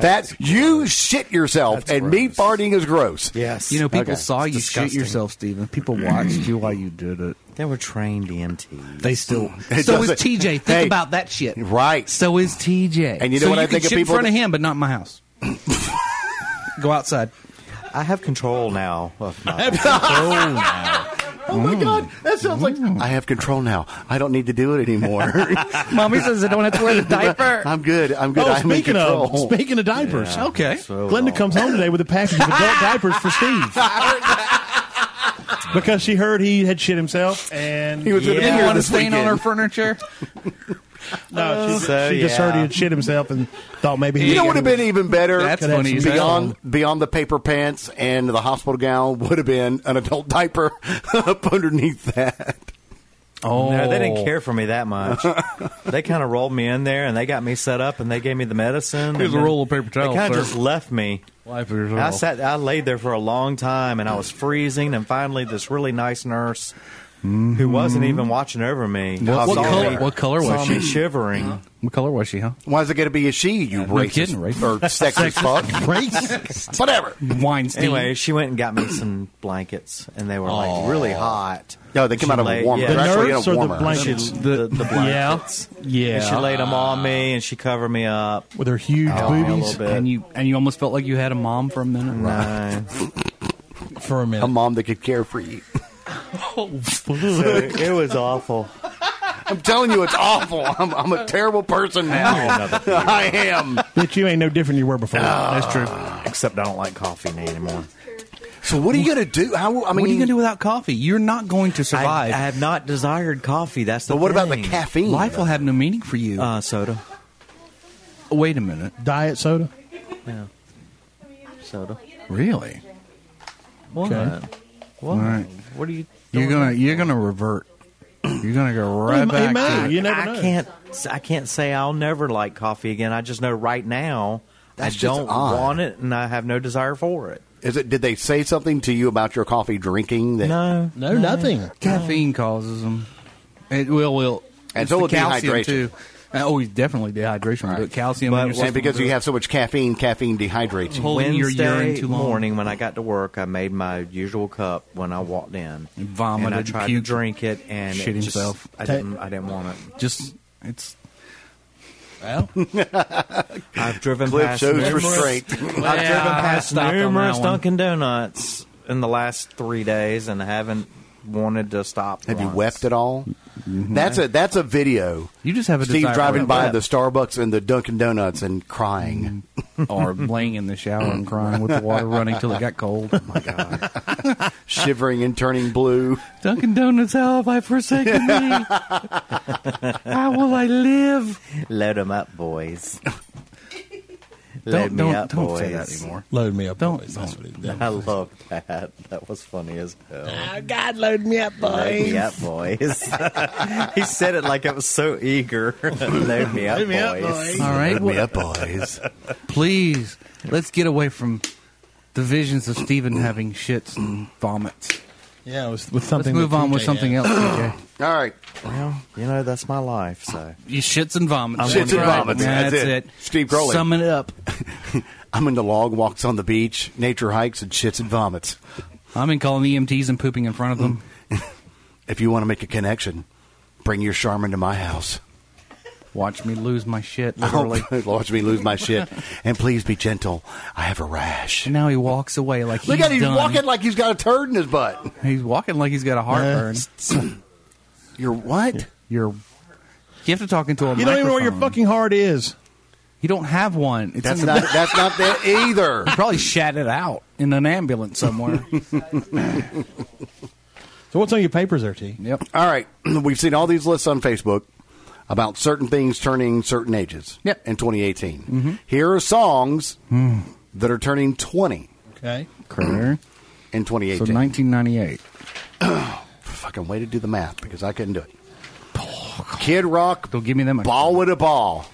That you shit yourself, and me gross. farting is gross. yes. You know, people Okay. saw you disgusting. shoot yourself, Stephen. People watched you while you did it. they were trained EMTs. They still. It so is doesn't- TJ. Think Hey. about that shit. Right. So is TJ. And you know So what I can think of shit people in front of that- him, but not in <laughs> my house. Go outside. I have control now of my Oh my god, that sounds like Mm. I have control now. I don't need to do it anymore. Mommy says I don't have to wear the diaper. <laughs> I'm good. I'm good. Oh, I'm in speaking control. of <laughs> speaking of diapers, <laughs> okay. so Glenda long. comes home today with a package of adult diapers for Steve because she heard he had shit himself, and He was gonna be Didn't here want to this stain on weekend. her furniture. no, she, So, she just yeah. heard he had shit himself and thought maybe he You know was what would have been even better? That's Could have funny. some as hell. Beyond beyond the paper pants and the hospital gown would have been an adult diaper <laughs> up underneath that. Oh, No, they didn't care for me that much. <laughs> they kind of rolled me in there and they got me set up and they gave me the medicine. Here's and a then roll of paper towel, They kind sir. of just left me. Life is And I all. sat, I laid there for a long time and I was freezing. And finally, this really nice nurse who wasn't even watching over me. What- what saw color- me- what color saw was me she? shivering. What color was she? Huh? Why is it going to be a she? You no racist kidding, right? or sexist fuck? Racist. Whatever. <laughs> Weinstein. Anyway, she went and got me some blankets and they were like really hot. No, they come She out of a laid- warmer. yeah. They're The actually in nerves a or the warmer. blanket? She, the, the blankets. yeah. And she laid them on me and she covered me up. <laughs> with her huge me a boobies little bit. and you and you almost felt like you had a mom for a minute. No. <laughs> for a minute. a mom that could care for you. Oh, <laughs> it, it was awful. I'm telling you, it's awful. I'm, I'm a terrible person now. <laughs> I am. Bitch, you ain't no different than you were before. That's true. Except I don't like coffee anymore. So what are you going to do? How? I mean, what are you gonna do without coffee? You're not going to I, I survive. have not desired coffee. That's the. But what about the thing. caffeine? Life will have no meaning for you. Uh, soda. Wait a minute. Diet soda. Soda. Really? What? Okay. What? All right. What are you? You're doing? gonna you're <clears throat> gonna revert. You're gonna go Well, right he- he back. might. to it. You never I know. can't. I can't say I'll never like coffee again. I just know right now That's I just don't odd. want it, and I have no desire for it. Is it? Did they say something to you about your coffee drinking? That, No. No, nothing. Caffeine causes them. It will will. And it's so the will calcium dehydration. too. Uh, Oh, definitely dehydration, but calcium But in why- your And system because will you do it. have so much caffeine, caffeine dehydrates you. holding your Wednesday urine too long. morning when I got to work, I made my usual cup when I walked in. You vomited, And I tried puked, to drink it, and shit it just- himself. I Ta- didn't. I didn't want it. just it's <laughs> well, I've driven Cliff past shows numerous- restraint. <laughs> I've driven past stopped on that numerous one. Dunkin' Donuts in the last three days and haven't wanted to stop. Have you once. wept at all? That's a that's a video. Mm-hmm. You just have a Steve desire driving to by weep. the Starbucks and the Dunkin' Donuts and crying. <laughs> Mm-hmm. or laying in the shower and crying with the water running till it <laughs> got cold. Oh my god! shivering and turning <laughs> blue. Dunkin' Donuts, how have I forsaken me? how will I live? Load 'em up, <laughs> boys. Load Don't me don't, up, don't boys. say that anymore. Load me up. Don't- boys. That's what it is. I love that. That was funny as hell. Oh, God, load me up, Load me up, boys. <laughs> he said it like I was so eager. <laughs> Load me up, me up, boys. boys. All right, Wake me up, boys. please let's get away from the visions of Stephen having shits and vomits. Yeah, it was with Let's something. move that on with TJ something had. else. <clears throat> TJ. All right. Well, you know that's my life. So You shits and vomits. Shits and Right. vomits. That's it. Steve Crowley. Sum it up. I'm into log walks on the beach, nature hikes, and shits and vomits. I'm in calling EMTs and pooping in front of them. Mm. If you want to make a connection, bring your Charmin to my house. Watch me lose my Oh. shit. Literally. <laughs> Watch me lose my shit. And please be gentle. I have a rash. And now he walks away like he's Look at him. He's done. walking like he's got a turd in his butt. He's walking like he's got a heartburn. You're what? You're you have to talk into a You don't even know where your microphone. fucking heart is. You don't have one. It's That's in the not that's not that either. probably shat it out in an ambulance somewhere. So what's on your papers there, T? Yep. <laughs> All right. <clears throat> We've seen all these lists on Facebook about certain things turning certain ages Yep. Mm-hmm. Hmm. in 2018. Here are songs that are turning 20 Okay. Correct. in 2018. So 1998. Fucking way to do the math because I couldn't do it. Kid Rock, Don't give me that much. Ball with a Ball.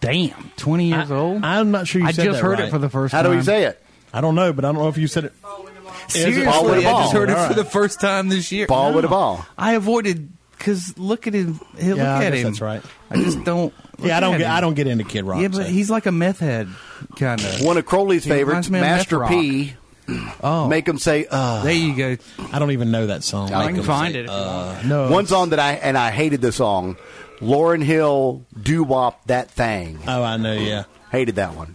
Damn. 20 years old. I, am not sure you I said just that heard right. it for the first How time. do we say it? I don't know, but I don't know if you said it. Oh, Seriously, Ball with a I ball. just heard it All for right. the first time this year. Ball with a ball. I avoided because look at him. he- Look Yeah, I at guess him. that's right. I just <clears throat> don't. look Yeah, I don't. at Get, him. I don't get into Kid Rock. Yeah, but so. he's like a meth head kind of. One of Crowley's It favorites, reminds me of Master Meth P. Oh, Make him say, uh. there you go. I don't even know that song. I Make can him find say, it. if you want. no, One song that I, and I hated the song, Lauren Hill, Do Wop That Thing. Oh, I know. Yeah. Hated that one.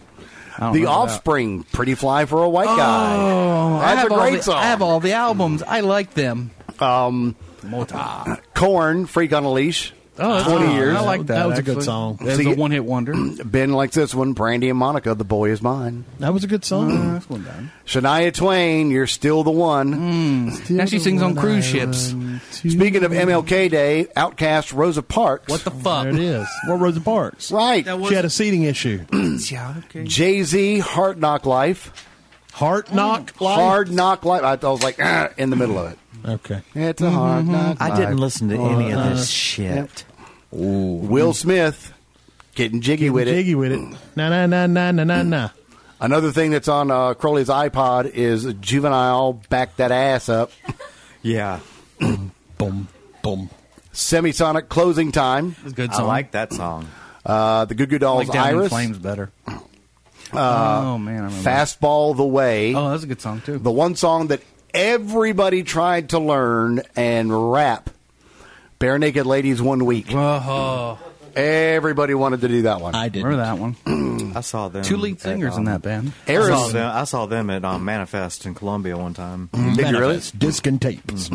I don't The know that. Offspring, Pretty Fly for a White Guy. Oh, I That's have a all great the, song. I have all the albums. I like them. Um, Mota. Corn, Freak on a Leash. Oh, that's 20 good. years. I like that. That was a good actually. song. That was See, a one hit wonder. Ben likes this one. Brandy and Monica, The Boy Is Mine. That was a good song. That's one down. Shania Twain, You're Still the Mm-hmm. One. Now she sings on cruise ships. Speaking of MLK Day, Outcast, Rosa Parks. What the fuck? There it is. Well, Rosa Parks. Right. That was- She had a seating <clears throat> issue. Yeah, okay. Jay Z, Hard Knock Life. Oh, Heart knock. Life. Hard Knock Life. I, I was like, "Ah," in the middle of it. Okay. It's a hard Mm-hmm. knock. I didn't life. listen to any of this shit. Will Smith, Getting Jiggy with It. Jiggy with it. Na na na na na na na. Another thing that's on uh, Crowley's iPod is Juvenile, Back That Ass Up. Yeah, Boom. Boom. Semisonic, Closing Time. It's a good I song. like that song. Uh, the Goo Goo I Dolls, like Down in Iris. Flames better. oh man, I remember. Fastball the Way. Oh, that's a good song too. The one song that everybody tried to learn and rap. Bare Naked Ladies One Week. oh, Everybody wanted to do that one. I did. remember that one? I saw them. Two lead at, singers in um, that band. I saw, Eris, them, I saw them at um, Manifest in Columbia one time. Did you really? Manifest, Disc and tapes.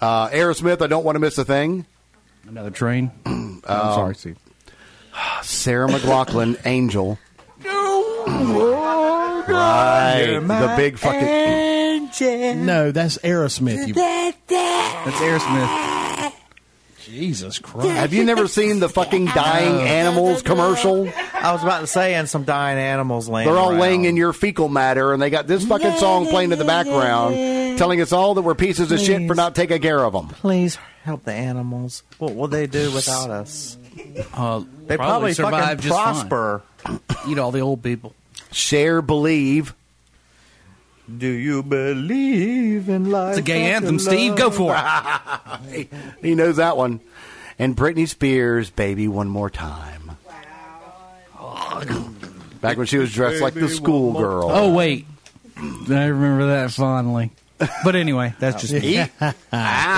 uh, Aerosmith, I Don't Want to Miss a Thing. Another train. I'm sorry, Steve. Sarah McLaughlin, Angel. Right. The big fucking. No, that's Aerosmith. You, That's Aerosmith. Jesus Christ. Have you never seen the fucking dying animals commercial? I was about to say, and some dying animals laying. They're all around. laying in your fecal matter, and they got this fucking song playing in the background, telling us all that we're pieces of shit for not taking care of them. Please help the animals. What will they do without us? Uh, They probably, survived fucking just fine. prosper. Eat all the old people. Share, believe. Do you believe in life? It's a gay after anthem, Steve. love? Go for it. He knows that one. And Britney Spears, baby, one more time. Back when she was dressed like the schoolgirl. Oh wait, I remember that fondly. But anyway, that's just me. Eat. Ah,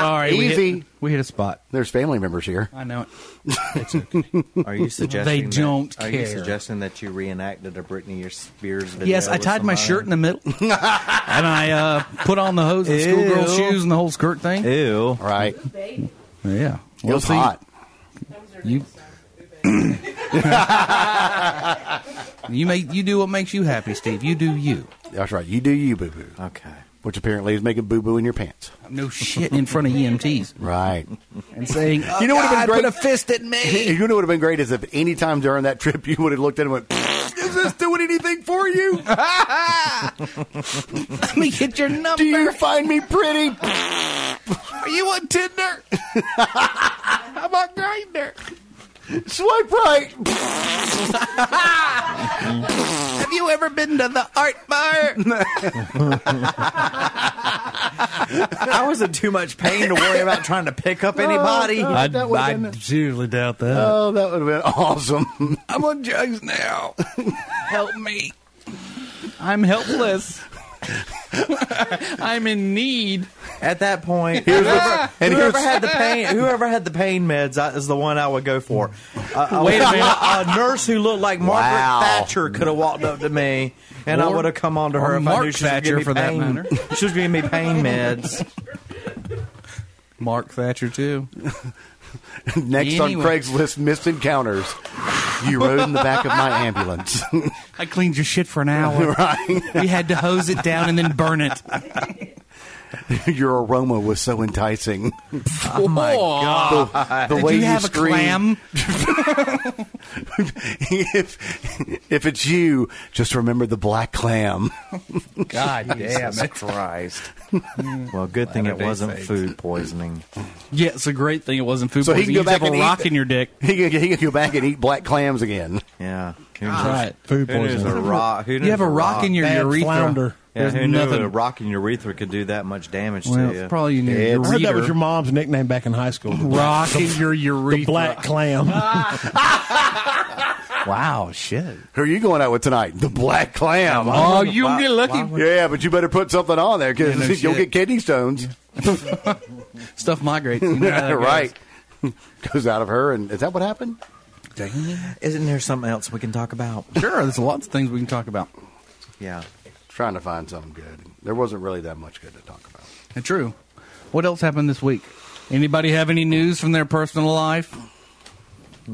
Sorry, we hit- E- easy. we hit a spot. There's family members here. I know it. Are you suggesting that- don't Are care. you suggesting that you reenacted a Britney Spears video? Yes, I with tied my somebody? shirt in the middle, <laughs> and I uh, put on the hose, the schoolgirl Ew. shoes, and the whole skirt thing. Ew. Right. Yeah, It was hot. You, you make you do what makes you happy, Steve. You do you. That's right. You do you, boo boo. Okay. Which apparently is making boo boo in your pants. No shit in front of E EMTs Right. and saying You know what would have been great? Put a fist at me. You know what would have been great is if any time during that trip you would have looked at him and went, Is this doing anything for you? Let me get your number. Do <laughs> you find me pretty? Are <laughs> you on Tinder? I'm on Grinder. Swipe right. Have you ever been to the art bar? I was in too much pain to worry about trying to pick <laughs> up anybody. God, that would've been- seriously doubt that. Oh, that would have been awesome. <laughs> I'm on drugs now. Help me. I'm helpless. I'm in need. At that point, the- and whoever here's- had the pain, whoever had the pain meds I, is the one I would go for. Uh, Wait a minute, a nurse who looked like Margaret Wow. Thatcher could have walked up to me, and I Or- would have come on to her or if I Mark knew she was Thatcher, giving me for that pain. matter. <laughs> She was giving me pain meds. Mark Thatcher too. Next Anyway. on Craigslist, missed encounters. You rode in the back of my ambulance. <laughs> <laughs> I cleaned your shit for an hour. right. We had to hose it down and then burn it. Your aroma was so enticing. Oh my god! The, the Did way you have screamed, a clam? <laughs> if if it's you, just remember the black clam. <laughs> God damn it! Christ. well, good thing it Latter-day wasn't Saints. food poisoning. Yeah, it's a great thing. It wasn't food So he can poisoning. go You just back have a and eat rock the- in your dick. He can, he can go back and eat black clams again. Yeah. Right. Food Who knows a poisoning. rock? Who knows You have a rock in your Bad urethra. flounder. Yeah, There's who knew nothing. a rock in your urethra could do that much damage Well, to you? it's probably in your Yeah, I heard that was your urethra. mom's nickname back in high <laughs> school. The black- Rock in your urethra. the black <laughs> clam. Wow, shit. Who are you going out with tonight? The black clam. Oh, you Why- get why lucky. would- Yeah, but you better put something on there because Yeah, <laughs> no you'll shit. get kidney stones. Stuff migrates. You know how <laughs> that right. Goes out of her, and is that what happened? goes. Dang. Isn't there something else we can talk about? Sure, there's lots of things we can talk about. Yeah. Trying to find something good. There wasn't really that much good to talk about. And true. What else happened this week? Anybody have any news from their personal life?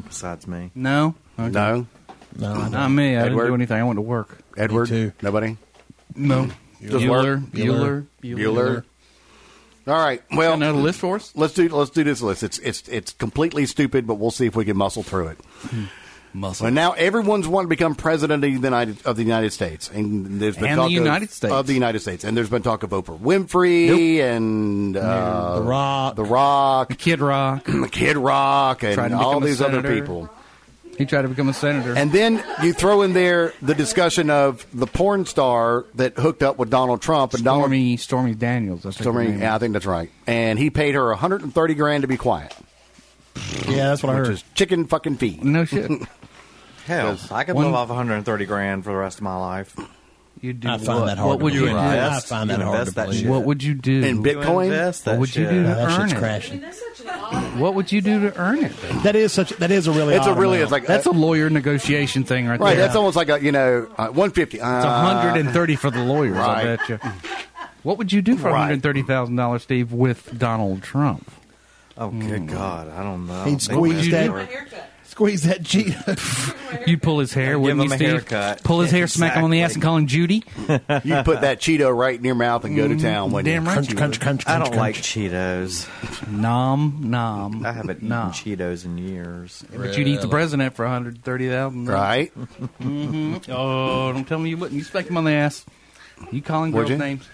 Besides me. No? Okay. No, no, I Not me. I didn't Edward? do anything. I went to work. Edward. too. Nobody. No. Just work. Bueller. Bueller. Bueller. All right. Got Well, another list for us? let's do let's do this list. It's it's it's completely stupid, but we'll see if we can muscle through it. Muscle. And now everyone's wanting to become president of the United of the United States, and there's been And talk the of- United States. of the United States, and there's been talk of Oprah Winfrey and uh, The Rock. the Rock, Kid Rock. Kid Rock, Tried and to become all a these other senator. people. He tried to become a senator. And then you throw in there the discussion of the porn star that hooked up with Donald Trump, and Donald Stormy, Stormy Daniels. I think her Stormy, name yeah, I is. think that's right, and he paid her 130 grand to be quiet, Yeah, that's what I which heard. is chicken fucking feet. No shit. Hell, I could one- live off 130 grand for the rest of my life. You do I find what? that hard. What to would you believe. I invest? find that You hard to invest that believe. do? shit. What would you do? In Bitcoin? You invest that What would you shit. do to No, that earn shit's it? crashing. What would you do to earn it? That is such. That is a really. It's a odd really, amount. it's like uh, That's a lawyer negotiation thing right right. there. That's almost like a you know uh, 150. Uh, It's 130 for the lawyers, I Right. bet you. What would you do for Right. $130,000, Steve, with Donald Trump? Oh, Hmm. good God. I don't know. He'd They wouldn't squeeze do that- it. squeeze that G. You'd pull his hair, wouldn't him you, a Steve? haircut. Pull his hair, smack him on the ass, and call him Judy? Uh, you put that Cheeto right in your mouth and go to town. When Damn right. crunch, you crunch, crunch, would. crunch. I don't like crunch. Cheetos. Nom, nom. I haven't eaten nom. Cheetos in years. But you'd eat the president for 130000 right? Oh, don't tell me you wouldn't. You smack him on the ass. You calling Would girls you? names.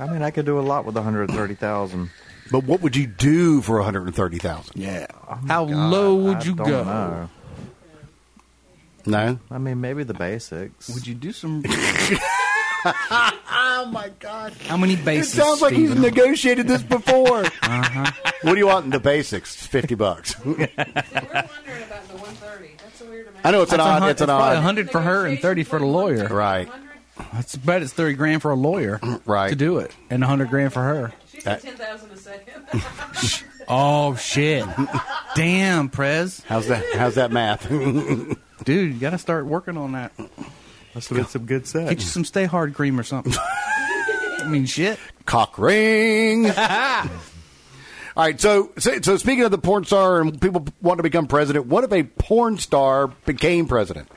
I mean, I could do a lot with 130,000. But what would you do for 130,000? Yeah. How low would Oh I you don't go? know. No. I mean, maybe the basics. Would you <laughs> do some... Oh my god. How many It bases? sounds like he's Steven? negotiated this <laughs> before. Uh-huh. What do you want in the basics? 50 bucks. We're wondering about the 130. That's a weird amount. I know it's an That's a odd hun- it's an probably odd 100 for her and 30 for the lawyer. Right. That's bet it's thirty grand for a lawyer, Right. To do it, and a hundred grand for her. She That- said 10,000 a second. <laughs> Oh shit! Damn, Prez, How's that how's that math? <laughs> dude, you gotta start working on that. Must have been some good Get you sex. some stay hard cream or <laughs> something. I mean, shit. Cock <laughs> ring. All right, so, so so speaking of the porn star and people want to become president, what if a porn star became president?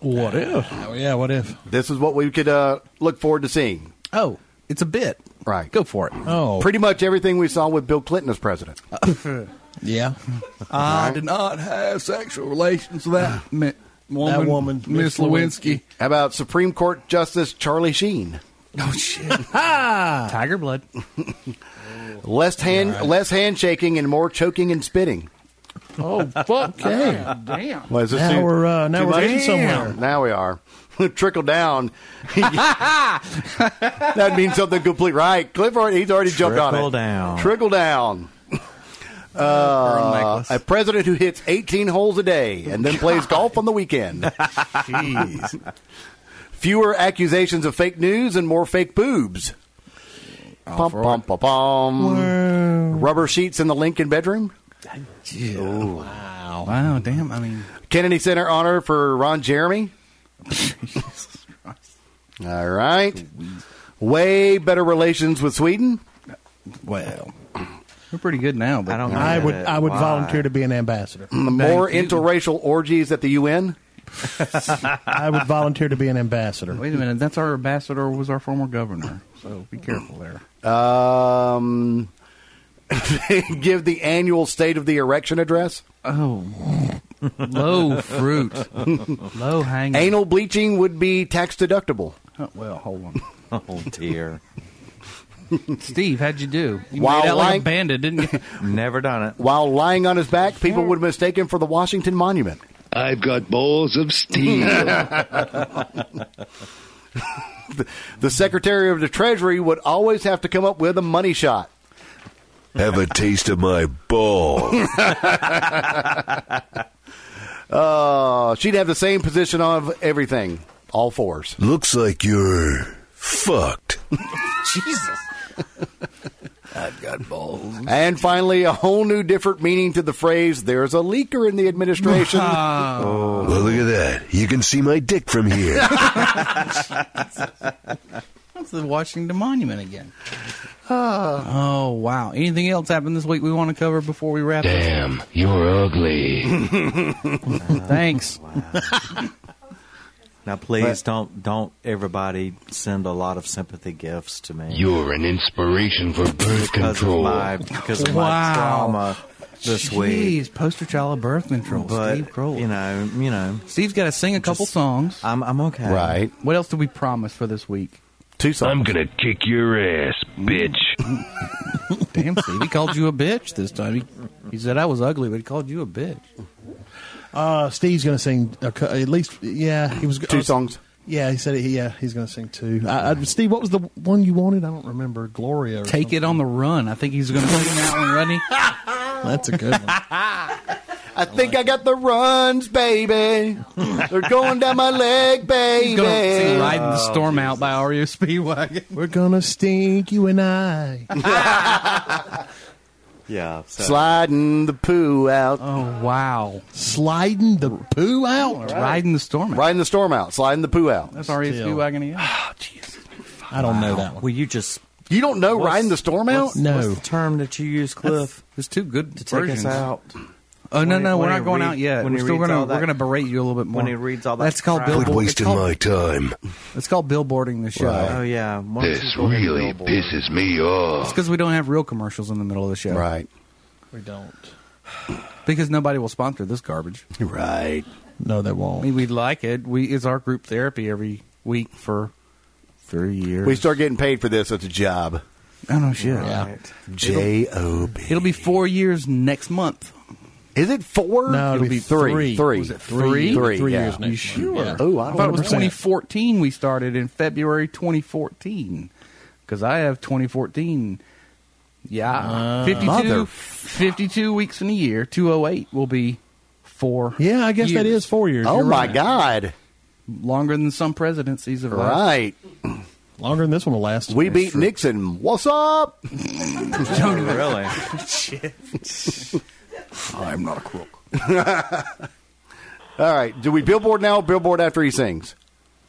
What if? Oh, yeah. What if? This is what we could uh, look forward to seeing. Oh, it's a bit. Right. Go for it. Oh, Pretty much everything we saw with Bill Clinton as president. Uh, yeah. I did not have sexual relations with that <sighs> ma- woman, That woman, Miss Miss Lewinsky. How about Supreme Court Justice Charlie Sheen? <laughs> Oh shit! Tiger blood. Less hand, less handshaking, and more choking and spitting. Oh <laughs> fuck! yeah. Damn. Well, is this Now too- we're uh, now too we're much? getting somewhere. Damn. Now we are. <laughs> Trickle <laughs> down. that means something complete. Right. Cliff, already, he's already jumped on it. Trickle down. Trickle <laughs> down. Uh, a president who hits 18 holes a day and <laughs> then plays golf on the weekend. Jeez. <laughs> Fewer accusations of fake news and more fake boobs. Oh, Pum, pum, pum, pum. Rubber sheets in the Lincoln bedroom. Wow. Wow. Damn. I mean, Kennedy Center honor for Ron Jeremy. All right. Way better relations with Sweden. well, we're pretty good now. But I don't know. I would that. I would Why? volunteer to be an ambassador. More Thank you. interracial orgies at the UN. I would volunteer to be an ambassador. Wait a minute. That's our ambassador was our former governor. So be careful there. Um, <laughs> give the annual State of the Erection address. Oh, low fruit, low hanging. Anal bleaching would be tax deductible. Oh, well, hold on. <laughs> Oh dear, Steve, how'd you do? You Wow, made out like like- a <laughs> bandit, didn't you? never done it. While lying on his back, people would mistake him for the Washington Monument. I've got balls of <laughs> steel. The Secretary of the Treasury would always have to come up with a money shot. Have a taste of my ball. Uh, she'd have the same position on everything, all fours. Looks like you're fucked. Jesus, And finally, a whole new different meaning to the phrase, there's a leaker in the administration. Well, look at that. You can see my dick from here. That's the Washington Monument again. Oh, wow. Anything else happened this week we want to cover before we wrap up? <laughs> Damn, you're ugly. Thanks. now please don't don't everybody send a lot of sympathy gifts to me You're an inspiration for birth because of my because of Wow. my trauma <laughs> this week. Jeez, poster child of birth control, But Steve Kroll. you know, you know, Steve's got to sing a couple songs. I'm I'm okay. right. What else did we promise for this week? Two songs. I'm gonna kick your ass, bitch. Damn, Steve, he called you a bitch this time. He, he said I was ugly, but he called you a bitch. Uh, Steve's going to sing a cou- at least. Yeah, he was Two uh, songs. Yeah, he said. He, yeah, he's going to sing two. I, I, Steve, what was the one you wanted? I don't remember. Gloria. Or Take it on the run. I think he's going to sing that one, Rodney. something. That's a good one. I think I got the runs, <laughs> baby. They're going down my leg, He's going to sing baby. "Riding the Storm Out" by REO Speedwagon. <laughs> We're gonna stink you and I. Yeah. So. Sliding the poo out. <laughs> Oh wow! Sliding the poo out. Riding the storm. Out. Riding the storm out, sliding the poo out. That's REO Still. Speedwagon again. I don't know that one. Will Oh, you just You don't know riding the storm out? No. what's the term that you use, Cliff, <sighs> There's two good to take us out? Oh no, When he- no, we're when not he going read- out yet. when We're he still reads gonna all that- we're gonna berate you a little bit more. when he reads all that that's called crap. billboard. Quit it's wasting called- my time. It's called billboarding the show. Oh yeah, Why don't This you go ahead and really billboard? pisses me It's off. because we don't have real commercials in the middle of the show. Right. We don't. Because nobody will sponsor this garbage. Right. No, they I won't. mean, we like it. We it's our group therapy every week for three years. We start getting paid for this. It's a job. I don't know shit. Right. J O B. It'll be four years next month. Is it four? No, it'll be three. three. Three. Was it three? Three, Three yeah. years next. You sure? Yeah. Oh, I I don't thought it was 100%. 2014 we started in February 2014. Because I have 2014. Yeah. 52, Mother- 52 weeks in a year. 208 will be four. Yeah, I guess that years. is four years. Oh You're my right. God! Longer than some presidencies have lasted. Right, Longer than this one will last. we beat Nixon. What's up? <laughs> Really? I'm not a crook. All right. Do we billboard now? Or billboard after he sings.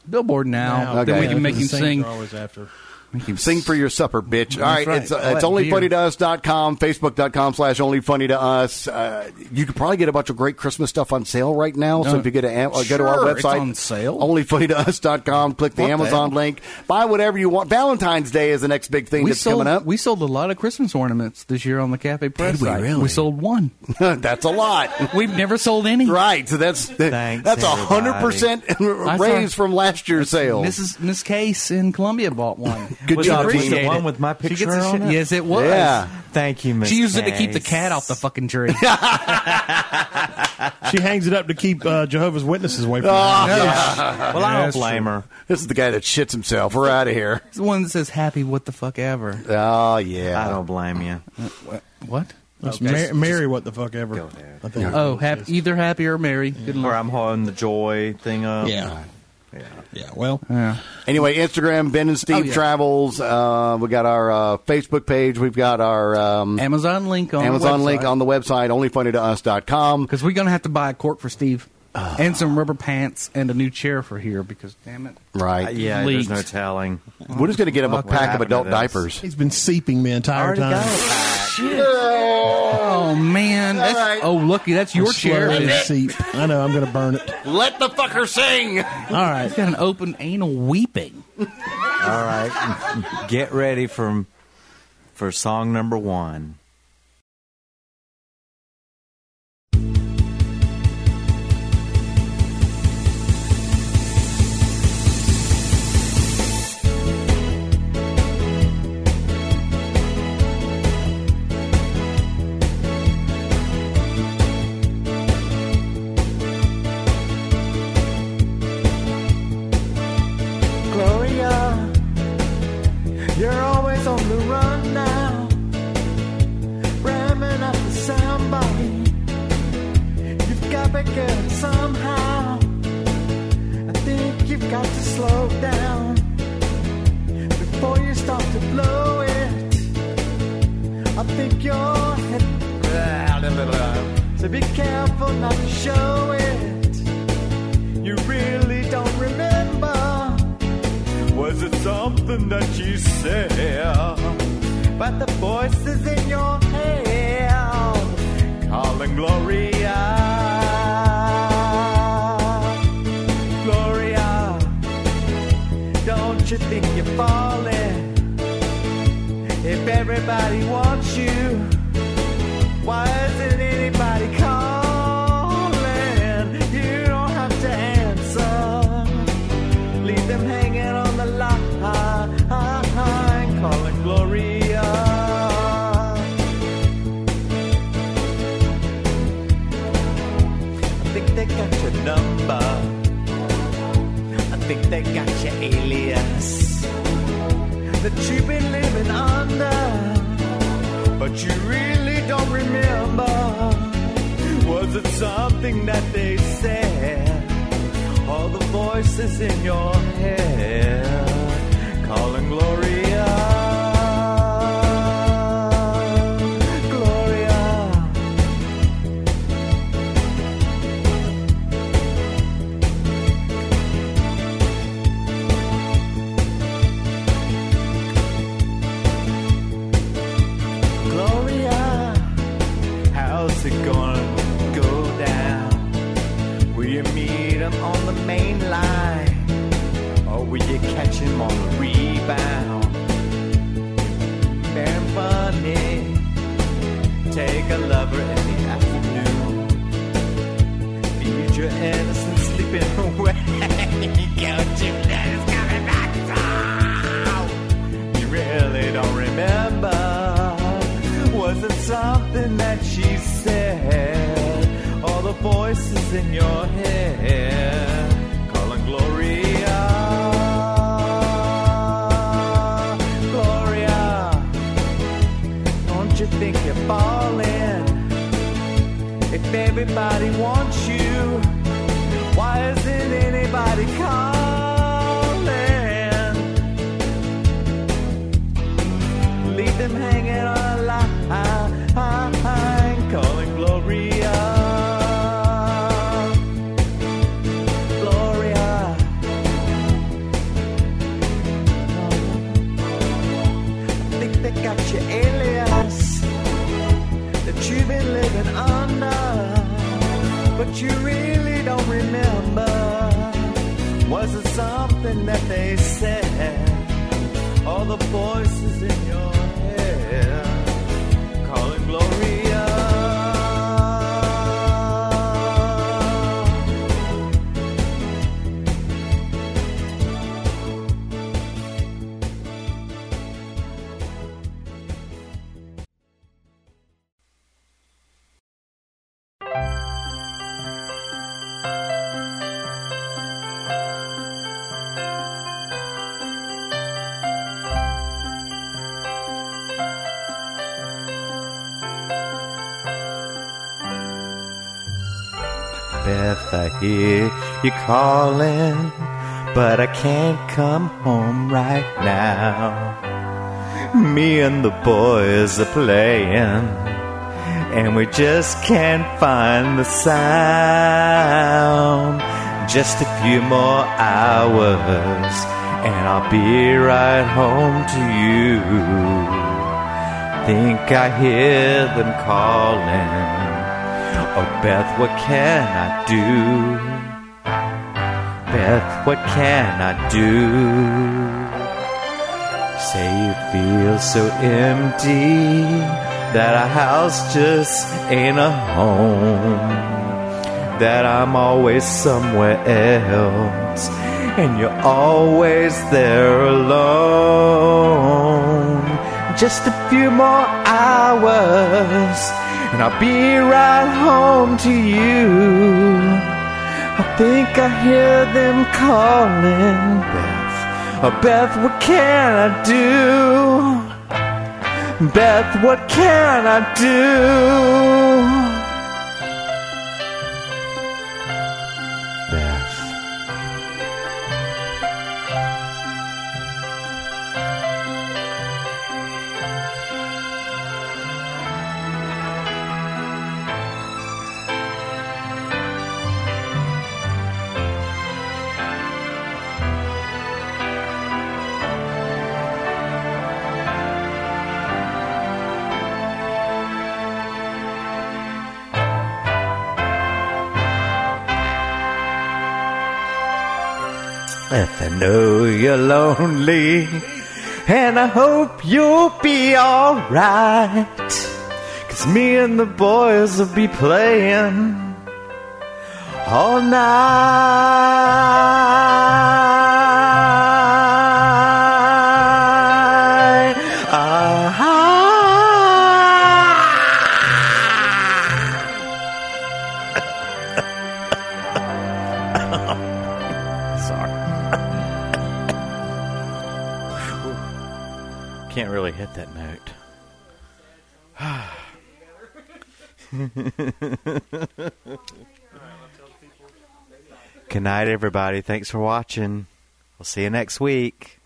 Billboard now. Now, Then we okay. can make him Because the sings sing. are Always after. Make him Sing for your supper, bitch. All right, right. it's, uh, All it's that only beer. funny to us.com, facebook.com slash only funny to us. Uh, you can probably get a bunch of great Christmas stuff on sale right now. So No. if you go to, am- uh, go to our Sure, it's website, on sale. onlyfunnytous.com, click the What the Amazon hell? link, buy whatever you want. Valentine's Day is the next big thing We that's sold, coming up. we sold a lot of Christmas ornaments this year on the Cafe Press. we site. really? We sold one. <laughs> that's a <laughs> lot. We've never sold any. Right, so that's Thanks, that's a hundred percent I raise saw- from last year's sale. Mrs. Miss Case in Columbia bought one. <laughs> Good We job, appreciate team. The it. one with my She gets picture a on shit- it? Yes, it was. Yeah. Thank you, Miss. She used it to keep the Case. cat off the fucking <laughs> tree. She hangs it up to keep uh, Jehovah's Witnesses away from her. Ah. <laughs> Well, I don't blame her. This is the guy that shits himself. We're out of here. it's the one that says happy what the fuck ever. Oh I yeah. don't blame you. What? It's Mar- Mary, what the fuck ever. I think it Oh, was. hap either happy or merry. Good Or luck. I'm holding the joy thing up. Yeah. Yeah. Well, Yeah. Anyway, Instagram Ben and Steve Oh, yeah. travels. Uh, we got our uh, Facebook page. We've got our um, Amazon link on Amazon link on the website onlyfunnytous.com. because we're gonna have to buy a cork for Steve. and some rubber pants and a new chair for here because damn it, Right. Uh, yeah, Leaked. there's no telling. We're just going to get him a Fuck, what pack of happened to adult this? diapers. He's been seeping the I entire already time. got it. oh man, that's, right. oh lucky that's your chair. Slowly It's seep. I know. I'm going to burn it. Let the fucker sing. All right. got an open anal weeping. All right, get ready for for song number one. Gloria, you're always on the run now, ramming up to somebody. You've got to get somehow. I think you've got to slow down before you start to blow it. I think you're hit. So be careful not to show it. You really don't remember. Was it something that you said? But the voice is in your head, calling Gloria. Gloria, don't you think you're falling? If everybody wants you, why isn't anybody calling? You don't have to answer. Leave them hanging on the line, call it Gloria. I think they got your number. I think they got your alias. That you've been living under, but you really don't remember. Was it something that they said? all the voices in your head calling Gloria. Gloria. Gloria, how's it gonna go down? Will you meet him on the main line? Or will you catch him on the rebound? Very funny. Take a lover in the afternoon. Feed your innocent sleeping away. <laughs> Your Jupiter is coming back down. You really don't remember. Was it something that she said? All the voices in your head calling Gloria. Gloria, don't you think you're falling? If everybody wants you, why isn't anybody calling? Leave them hanging on a line, calling Gloria. Gloria. I think they got your alias that you've been living under, but you really don't remember. Was it something that they said? All the voices in your head calling Gloria. Beth, I hear you calling, but I can't come home right now. Me and the boys are playing, and we just can't find the sound. Just a few more hours, and I'll be right home to you. Think I hear them calling. Oh, Beth, what can I do? Beth, what can I do? Say you feel so empty that a house just ain't a home. That I'm always somewhere else and you're always there alone. Just a few more hours and I'll be right home to you. I think I hear them calling Beth. Oh, Beth, what can I do? Beth, what can I do? Beth. If I know you're lonely, and I hope you'll be alright. Cause me and the boys will be playing all night. Ah. Uh-huh. <laughs> Can't really hit that note. <sighs> Good night, everybody. Thanks for watching. We'll see you next week.